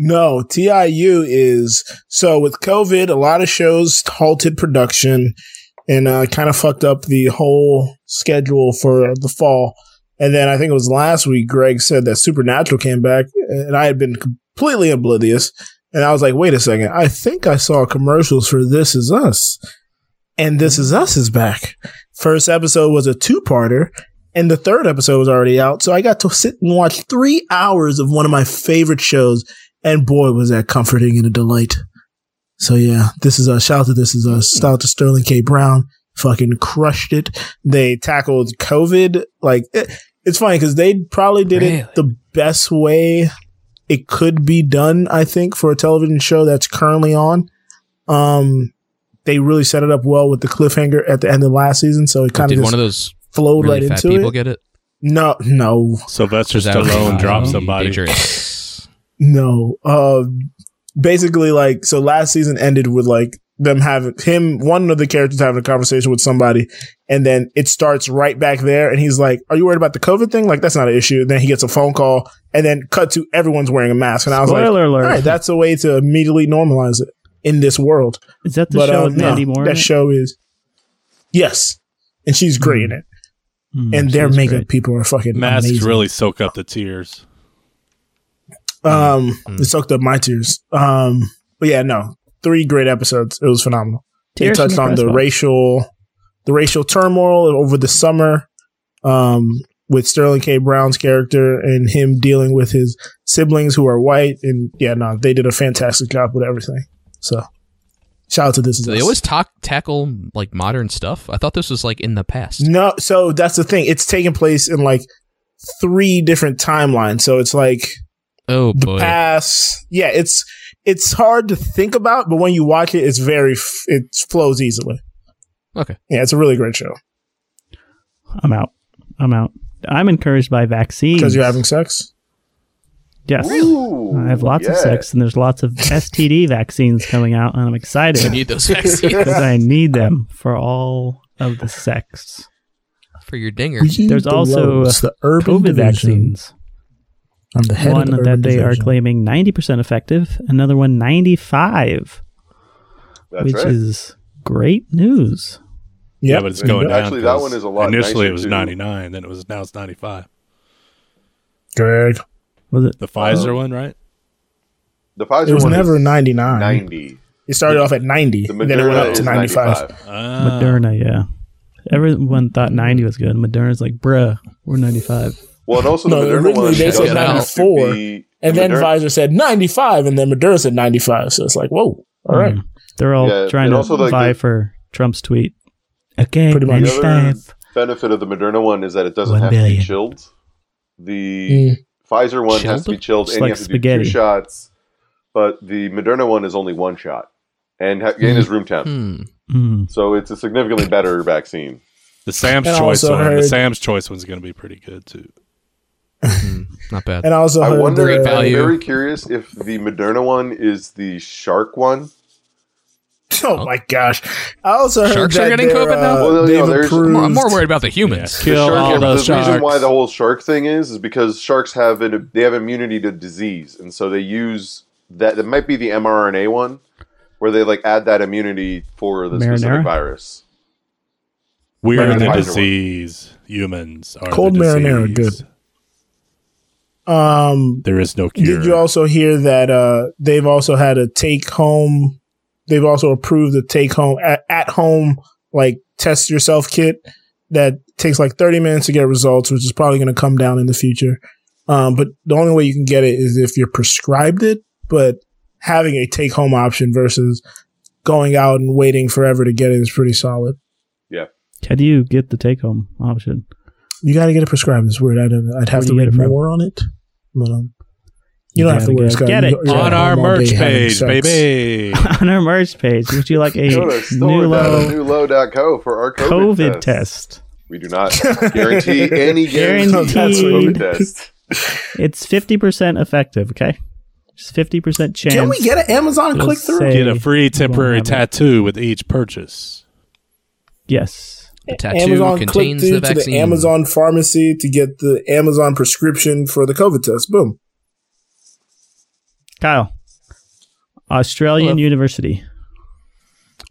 No, TIU is so with COVID, a lot of shows halted production and uh, kind of fucked up the whole schedule for the fall. And then I think it was last week, Greg said that Supernatural came back, and I had been completely oblivious. And I was like, wait a second, I think I saw commercials for This Is Us. And This Is Us is back. First episode was a two parter, and the third episode was already out. So I got to sit and watch three hours of one of my favorite shows. And boy, was that comforting and a delight. So yeah, this is a shout out to this is a shout out to Sterling K. Brown. Fucking crushed it. They tackled COVID. Like it, it's funny because they probably did it the best way it could be done. I think for a television show that's currently on. Um, they really set it up well with the cliffhanger at the end of last season. So it kind of
Did one
just
of those
flowed
really
right
fat
into
people
it.
get it?
No, no,
Sylvester
That would be
Stallone dropped
really
somebody.
Dangerous.
no. Uh, basically, like, so last season ended with like them having him, one of the characters having a conversation with somebody, and then it starts right back there, and he's like, "Are you worried about the COVID thing? Like, that's not an issue." And then he gets a phone call, and then cut to everyone's wearing a mask, and I was like,
Spoiler alert.
"All right, that's a way to immediately normalize it in this world."
Is that the show
um,
with Mandy Moore? in
That
it?
show is yes, and she's great in it.
Hmm,
Mm,
and their
she's
makeup
great.
people are fucking
Masks
amazing.
really soak up the tears.
Mm-hmm.
Um, it soaked up my tears. Um, but yeah, no, three great episodes. It was phenomenal.
Tears
they
from
touched
the
on
press
the
box.
racial, the racial turmoil over the summer, um, with Sterling K. Brown's character and him dealing with his siblings who are white. And yeah, no, they did a fantastic job with everything. So shout out to this. Is
Do they
Us.
always talk tackle like modern stuff? I thought this was like in the past.
No, so that's the thing. It's taking place in like three different timelines. So it's like
Oh
the
boy.
pass. Yeah, it's it's hard to think about, but when you watch it, it's very f- it flows easily.
Okay.
Yeah, it's a really great show
I'm out. I'm out. I'm encouraged by vaccines.
because you're having sex.
Yes.
Ooh,
I have lots of
yeah.
sex, and there's lots of STD vaccines coming out, and I'm excited.
You need those vaccines.
because I need them for all of the sex.
for your dinger.
There's also uh,
It's the urban
COVID
division.
vaccines.
I'm the head of
one
the urban
that they are
division.
claiming 90% effective, another one 95,
That's
which
right.
is great news.
Yeah, but it's
And
going down.
actually, that
'cause
one is a lot
Initially,
nicer,
it was
too.
99, then it was now it's 95.
Greg.
Was it
The
Oh.
Pfizer one, right?
The Pfizer
It was
one is
never 99.
90.
It started off at 90,
The
and then it went
Moderna
up to
is
95.
95.
Uh,
Moderna, yeah. Everyone thought 90 was good. Moderna's like, bruh, we're 95.
Well, and also
No,
the Moderna
originally
one
they said
doesn't have to
94,
be-
and
the
then
Moderna-
Pfizer said 95, and then Moderna said 95. So it's like, whoa, all right.
Mm. They're all
Yeah,
trying
and
to
also, like,
vie
the-
for Trump's tweet. Okay,
Pretty much.
the
95.
other benefit of the Moderna one is that it doesn't
One
have to
billion.
be chilled. The
Mm.
Pfizer one has to
Chilled?
be chilled,
It's
and
like
you have to
spaghetti.
do two shots. But the Moderna one is only one shot, and ha- and is room temp,
Hmm.
Mm.
so it's a significantly better vaccine.
The Sam's
And I
Choice
also
one.
heard-
The Sam's Choice one's going to be pretty good, too.
hmm. Not bad.
And I also
I
heard
wonder.
the-
Great
I'm
value.
very curious if the Moderna one is the shark one.
Oh my gosh! I also heard
Sharks
that
are getting
they're,
COVID
uh,
now?
Well, no, no,
they've
there's- I'm
I'm
approved.
more, I'm more worried about the humans.
Kill
the
all
the
those sharks.
reason why the whole shark thing is is because sharks have an, they have immunity to disease, and so they use that. That might be the mRNA one, where they like add that immunity for the
Marinara?
specific virus.
We're
Like
the
the Pfizer one.
disease. Humans are
Cold
the
marinara,
disease.
Um,
There is no cure.
did you also hear that uh, they've also had a take home? They've also approved the take home at, at home like test yourself kit that takes like thirty minutes to get results, which is probably going to come down in the future. Um, but the only way you can get it is if you're prescribed it. But having a take home option versus going out and waiting forever to get it is pretty solid.
How do you get the take home option?
You got to get it prescribed. It's weird. I don't, I'd have
Where
to
do you
read
get it from?
more on it. But, um, you, don't have to
gotta
worry.
get-
Scott.
get it.
You're- you're
on
at
our
home all
merch
day having
page,
sex.
baby.
On our merch page, would you like a
Go to
new low
store.newlow.co for our COVID,
COVID
test.
test?
We do not guarantee any guarantee
Guaranteed.
COVID test.
It's fifty percent effective. Okay, just fifty percent chance.
Can we get an Amazon
It'll
click through?
say-
Get a free temporary
have it.
tattoo with each purchase.
Yes.
The tattoo
Amazon click
contains
through
the
to
vaccine.
the Amazon pharmacy to get the Amazon prescription for the COVID test. Boom.
Kyle, Australian
Hello.
University.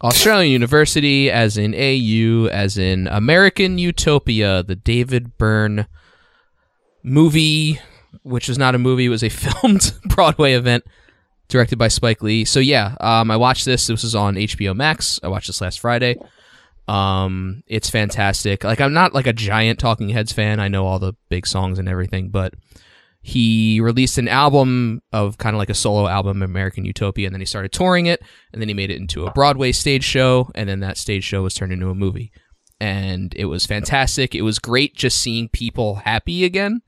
Australian University, as in AU, as in American Utopia, the David Byrne movie, which was not a movie, it was a filmed Broadway event directed by Spike Lee. So, yeah, um, I watched this. This was on HBO Max. I watched this last Friday. Um, it's fantastic. Like, I'm not like a giant Talking Heads fan. I know all the big songs and everything, but he released an album of kind of like a solo album, American Utopia, and then he started touring it, and then he made it into a Broadway stage show, and then that stage show was turned into a movie. And it was fantastic. It was great just seeing people happy again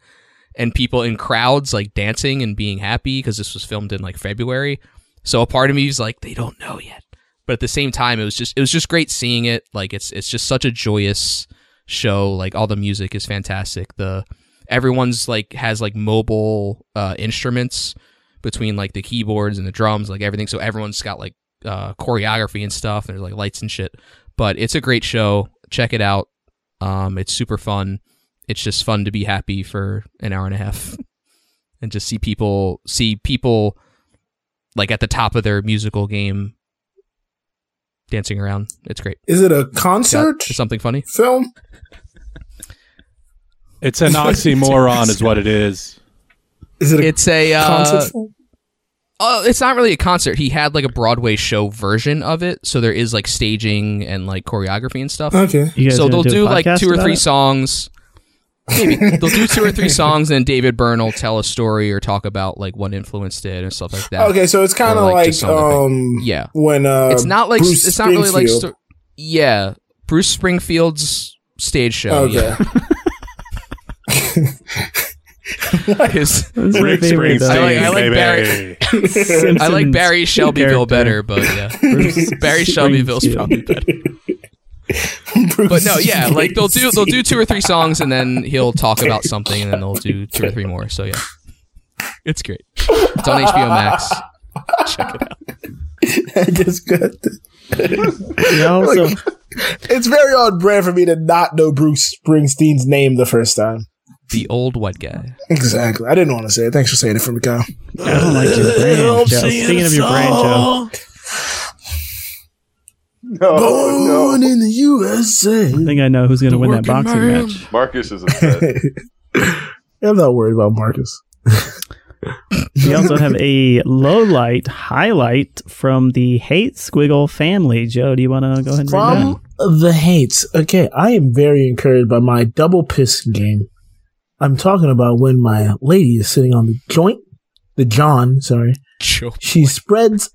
and people in crowds like dancing and being happy because this was filmed in like February. So a part of me was like, they don't know yet. But at the same time, it was just it was just great seeing it. Like it's it's just such a joyous show. Like all the music is fantastic. The everyone's like has like mobile uh, instruments between like the keyboards and the drums, like everything. So everyone's got like uh, choreography and stuff. There's like lights and shit. But it's a great show. Check it out. Um, it's super fun. It's just fun to be happy for an hour and a half and just see people see people like at the top of their musical game dancing around. It's great.
Is it a
Got
concert
something funny.
film?
It's an oxymoron, is what it is.
Is it a
It's a uh,
concert film?
Oh, it's not really a concert. He had like a Broadway show version of it, so there is like staging and like choreography and stuff.
Okay.
Oh, You guys
So they'll
gonna do, a
do like
podcast
two or
about
three
it?
songs. Maybe they'll do two or three songs, and David Byrne will tell a story or talk about like what influenced it and stuff like that.
Okay, so it's kind
Or,
of
like,
like,
just something.
um
Yeah.
when uh
it's not like
Bruce
it's not really like
Springsteen.
sto- yeah, Bruce Springfield's stage show.
okay.
Yeah. His-
This is my
Rick Springsteen,
favorite, though.
I like- I like
baby.
I like Barry Shelbyville better, but yeah,
Bruce
Barry Shelbyville's
Springsteen.
probably better.
Bruce
But no, yeah, like they'll do they'll
Springsteen.
do two or three songs, and then he'll talk about something, and then they'll do two or three more. So yeah, It's great. It's on HBO Max. Check it
out. I just got. Like, it's very on brand for me to not know Bruce Springsteen's name the first time.
The old white guy.
Exactly. I didn't want to say it. Thanks for saying it for me, Kyle.
I don't like your brain, Joe. Speaking of your brain, Joe.
No,
Born in the USA.
I think I know who's going to win that boxing match.
Marcus is upset.
I'm not worried about Marcus.
we also have a low light highlight from the Hate Squiggle family. Joe, do you want to go ahead and read
From the hates. Okay, I am very encouraged by my double piss game. I'm talking about when my lady is sitting on the joint, the John, sorry. She spreads,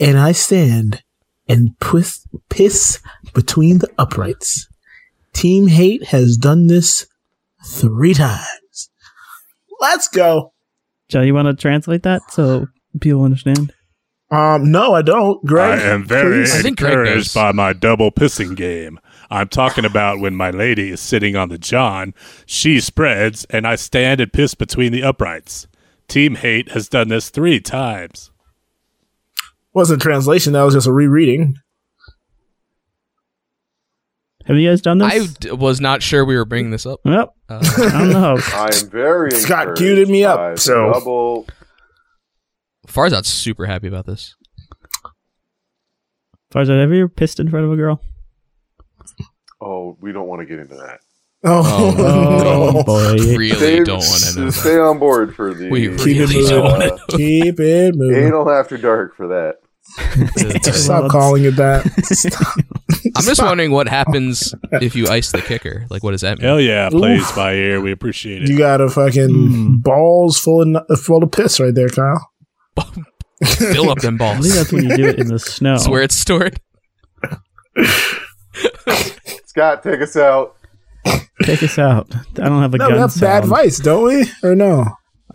and I stand and piss, piss between the uprights. Team Hate has done this three times. Let's go.
that? Joe, you want to translate that so people understand?
Um, no, I don't. Greg,
I am very
please.
encouraged by my double pissing game. I'm talking about when my lady is sitting on the john, she spreads, and I stand and piss between the uprights. Team Hate has done this three times.
wasn't translation. That was just a rereading.
Have you guys done this?
I d- was not sure we were bringing this up.
Yep.
Uh,
I'm the host.
I am very
Scott
encouraged
cued me
by
up. So
double.
Farzad's super happy about this.
Farzad, have you ever pissed in front of a girl?
Oh, we don't want to get into that.
Oh,
Oh,
no.
boy.
Really
Stay-
don't want to know.
Stay on board for the
We
Keep it
really don't.
moving. Keep it moving.
anal after dark for that.
Stop calling it that. Stop.
I'm just wondering what happens if you ice the kicker. Like, what does that mean?
Hell yeah, plays by ear. We appreciate it.
You got a fucking
Hmm.
balls full of nu- full of piss right there, Kyle.
Fill up them
I think
balls.
that's when you do it in the snow.
That's where it's stored.
Scott, take us out.
Take us out. I don't have a
No,
gun.
that's bad
sound.
advice, don't we? Or no?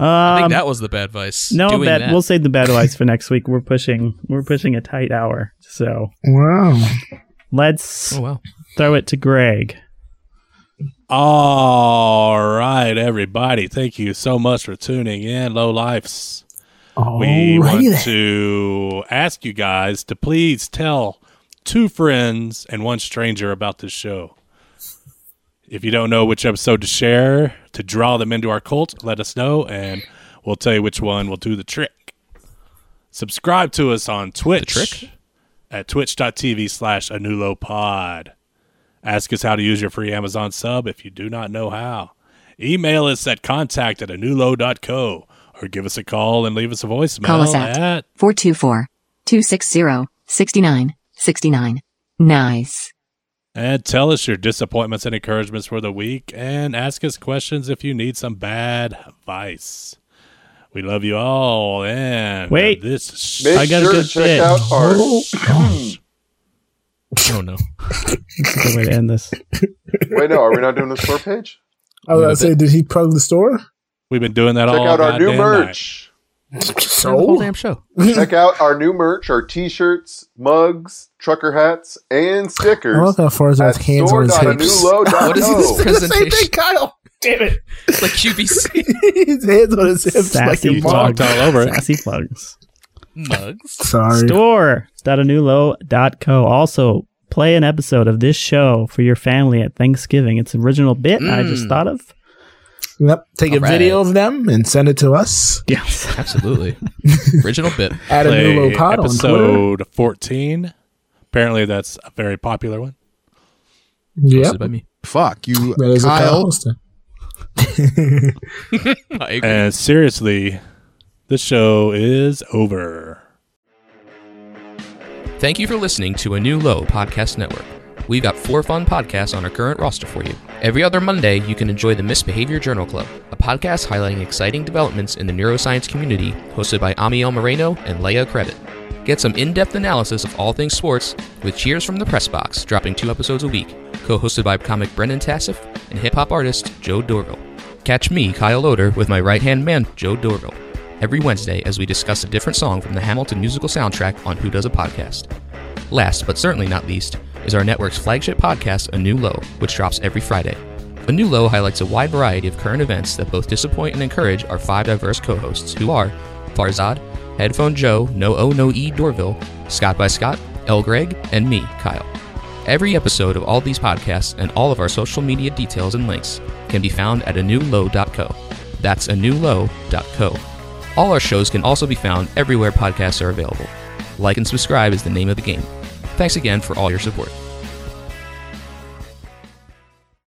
I think
Um,
that was the bad vice.
no
doing
bad.
that.
We'll save the bad advice for next week. We're pushing. We're pushing a tight hour. So
Wow.
let's
oh wow.
throw it to Greg.
All right, everybody. Thank you so much for tuning in, Low Lifes. we want
Alrighty then.
to ask you guys to please tell two friends and one stranger about this show. If you don't know which episode to share to draw them into our cult, let us know and we'll tell you which one will do the trick. Subscribe to us on Twitch
trick?
at twitch.tv slash anulopod. Ask us how to use your free Amazon sub if you do not know how. Email us at contact at anulo.co or give us a call and leave us a voicemail
Call us at-
at
424 260 69 69. Nice.
And tell us your disappointments and encouragements for the week and ask us questions if you need some bad advice. We love you all and
Wait.
this sh-
Make
I got a
sure to
good
check
bit.
out our
Oh no.
Good way to end this.
Wait, no, are we not doing the store page?
I was about to say, did he plug the store?
we've been doing that
Check
all
out our new
goddamn night.
merch.
The whole
So
damn show.
Check out our new merch, our t-shirts, mugs, trucker hats, and stickers.
I love how far as I
at
have hands on his hips.
What is this
store.anewlow.co.
The same
presentation?
thing, Kyle. Damn it.
It's like QVC
his hands on his hips like
Sassy
your
You
mom.
plug.
talked all over it.
Sassy plugs.
mugs.
Sorry.
Store.anulo.co. Also, play an episode of this show for your family at Thanksgiving. It's an original bit I just
Mm.
thought of.
Yep. Take a
Alright.
video of them and send it to us
Yes.
Absolutely. Original bit.
at a
Play
new low pod on Twitter.
episode 14. Apparently, that's a very popular one.
Yep.
Hosted by me.
Fuck you,
That is a Kyle
Kyle.
Holston.
I agree.
And seriously, the show is over.
Thank you for listening to a new Low Podcast Network. We've got four fun podcasts on our current roster for you. Every other Monday, you can enjoy the Misbehavior Journal Club, a podcast highlighting exciting developments in the neuroscience community, hosted by Amiel Moreno and Leah Credit. Get some in depth analysis of all things sports with Cheers from the Press Box, dropping two episodes a week, co hosted by comic Brendan Tassif and hip hop artist Joe Dorville. Catch me, Kyle Oder, with my right hand man, Joe Dorville every Wednesday as we discuss a different song from the Hamilton musical soundtrack on Who Does a Podcast. Last, but certainly not least, is our network's flagship podcast, A New Low, which drops every Friday. A New Low highlights a wide variety of current events that both disappoint and encourage our five diverse co hosts, who are Farzad, Headphone Joe, No O No E Dorville, Scott by Scott, El Greg, and me, Kyle. Every episode of all these podcasts and all of our social media details and links can be found at anewlow.co. That's anewlow.co. All our shows can also be found everywhere podcasts are available. Like and subscribe is the name of the game. Thanks again for all your support.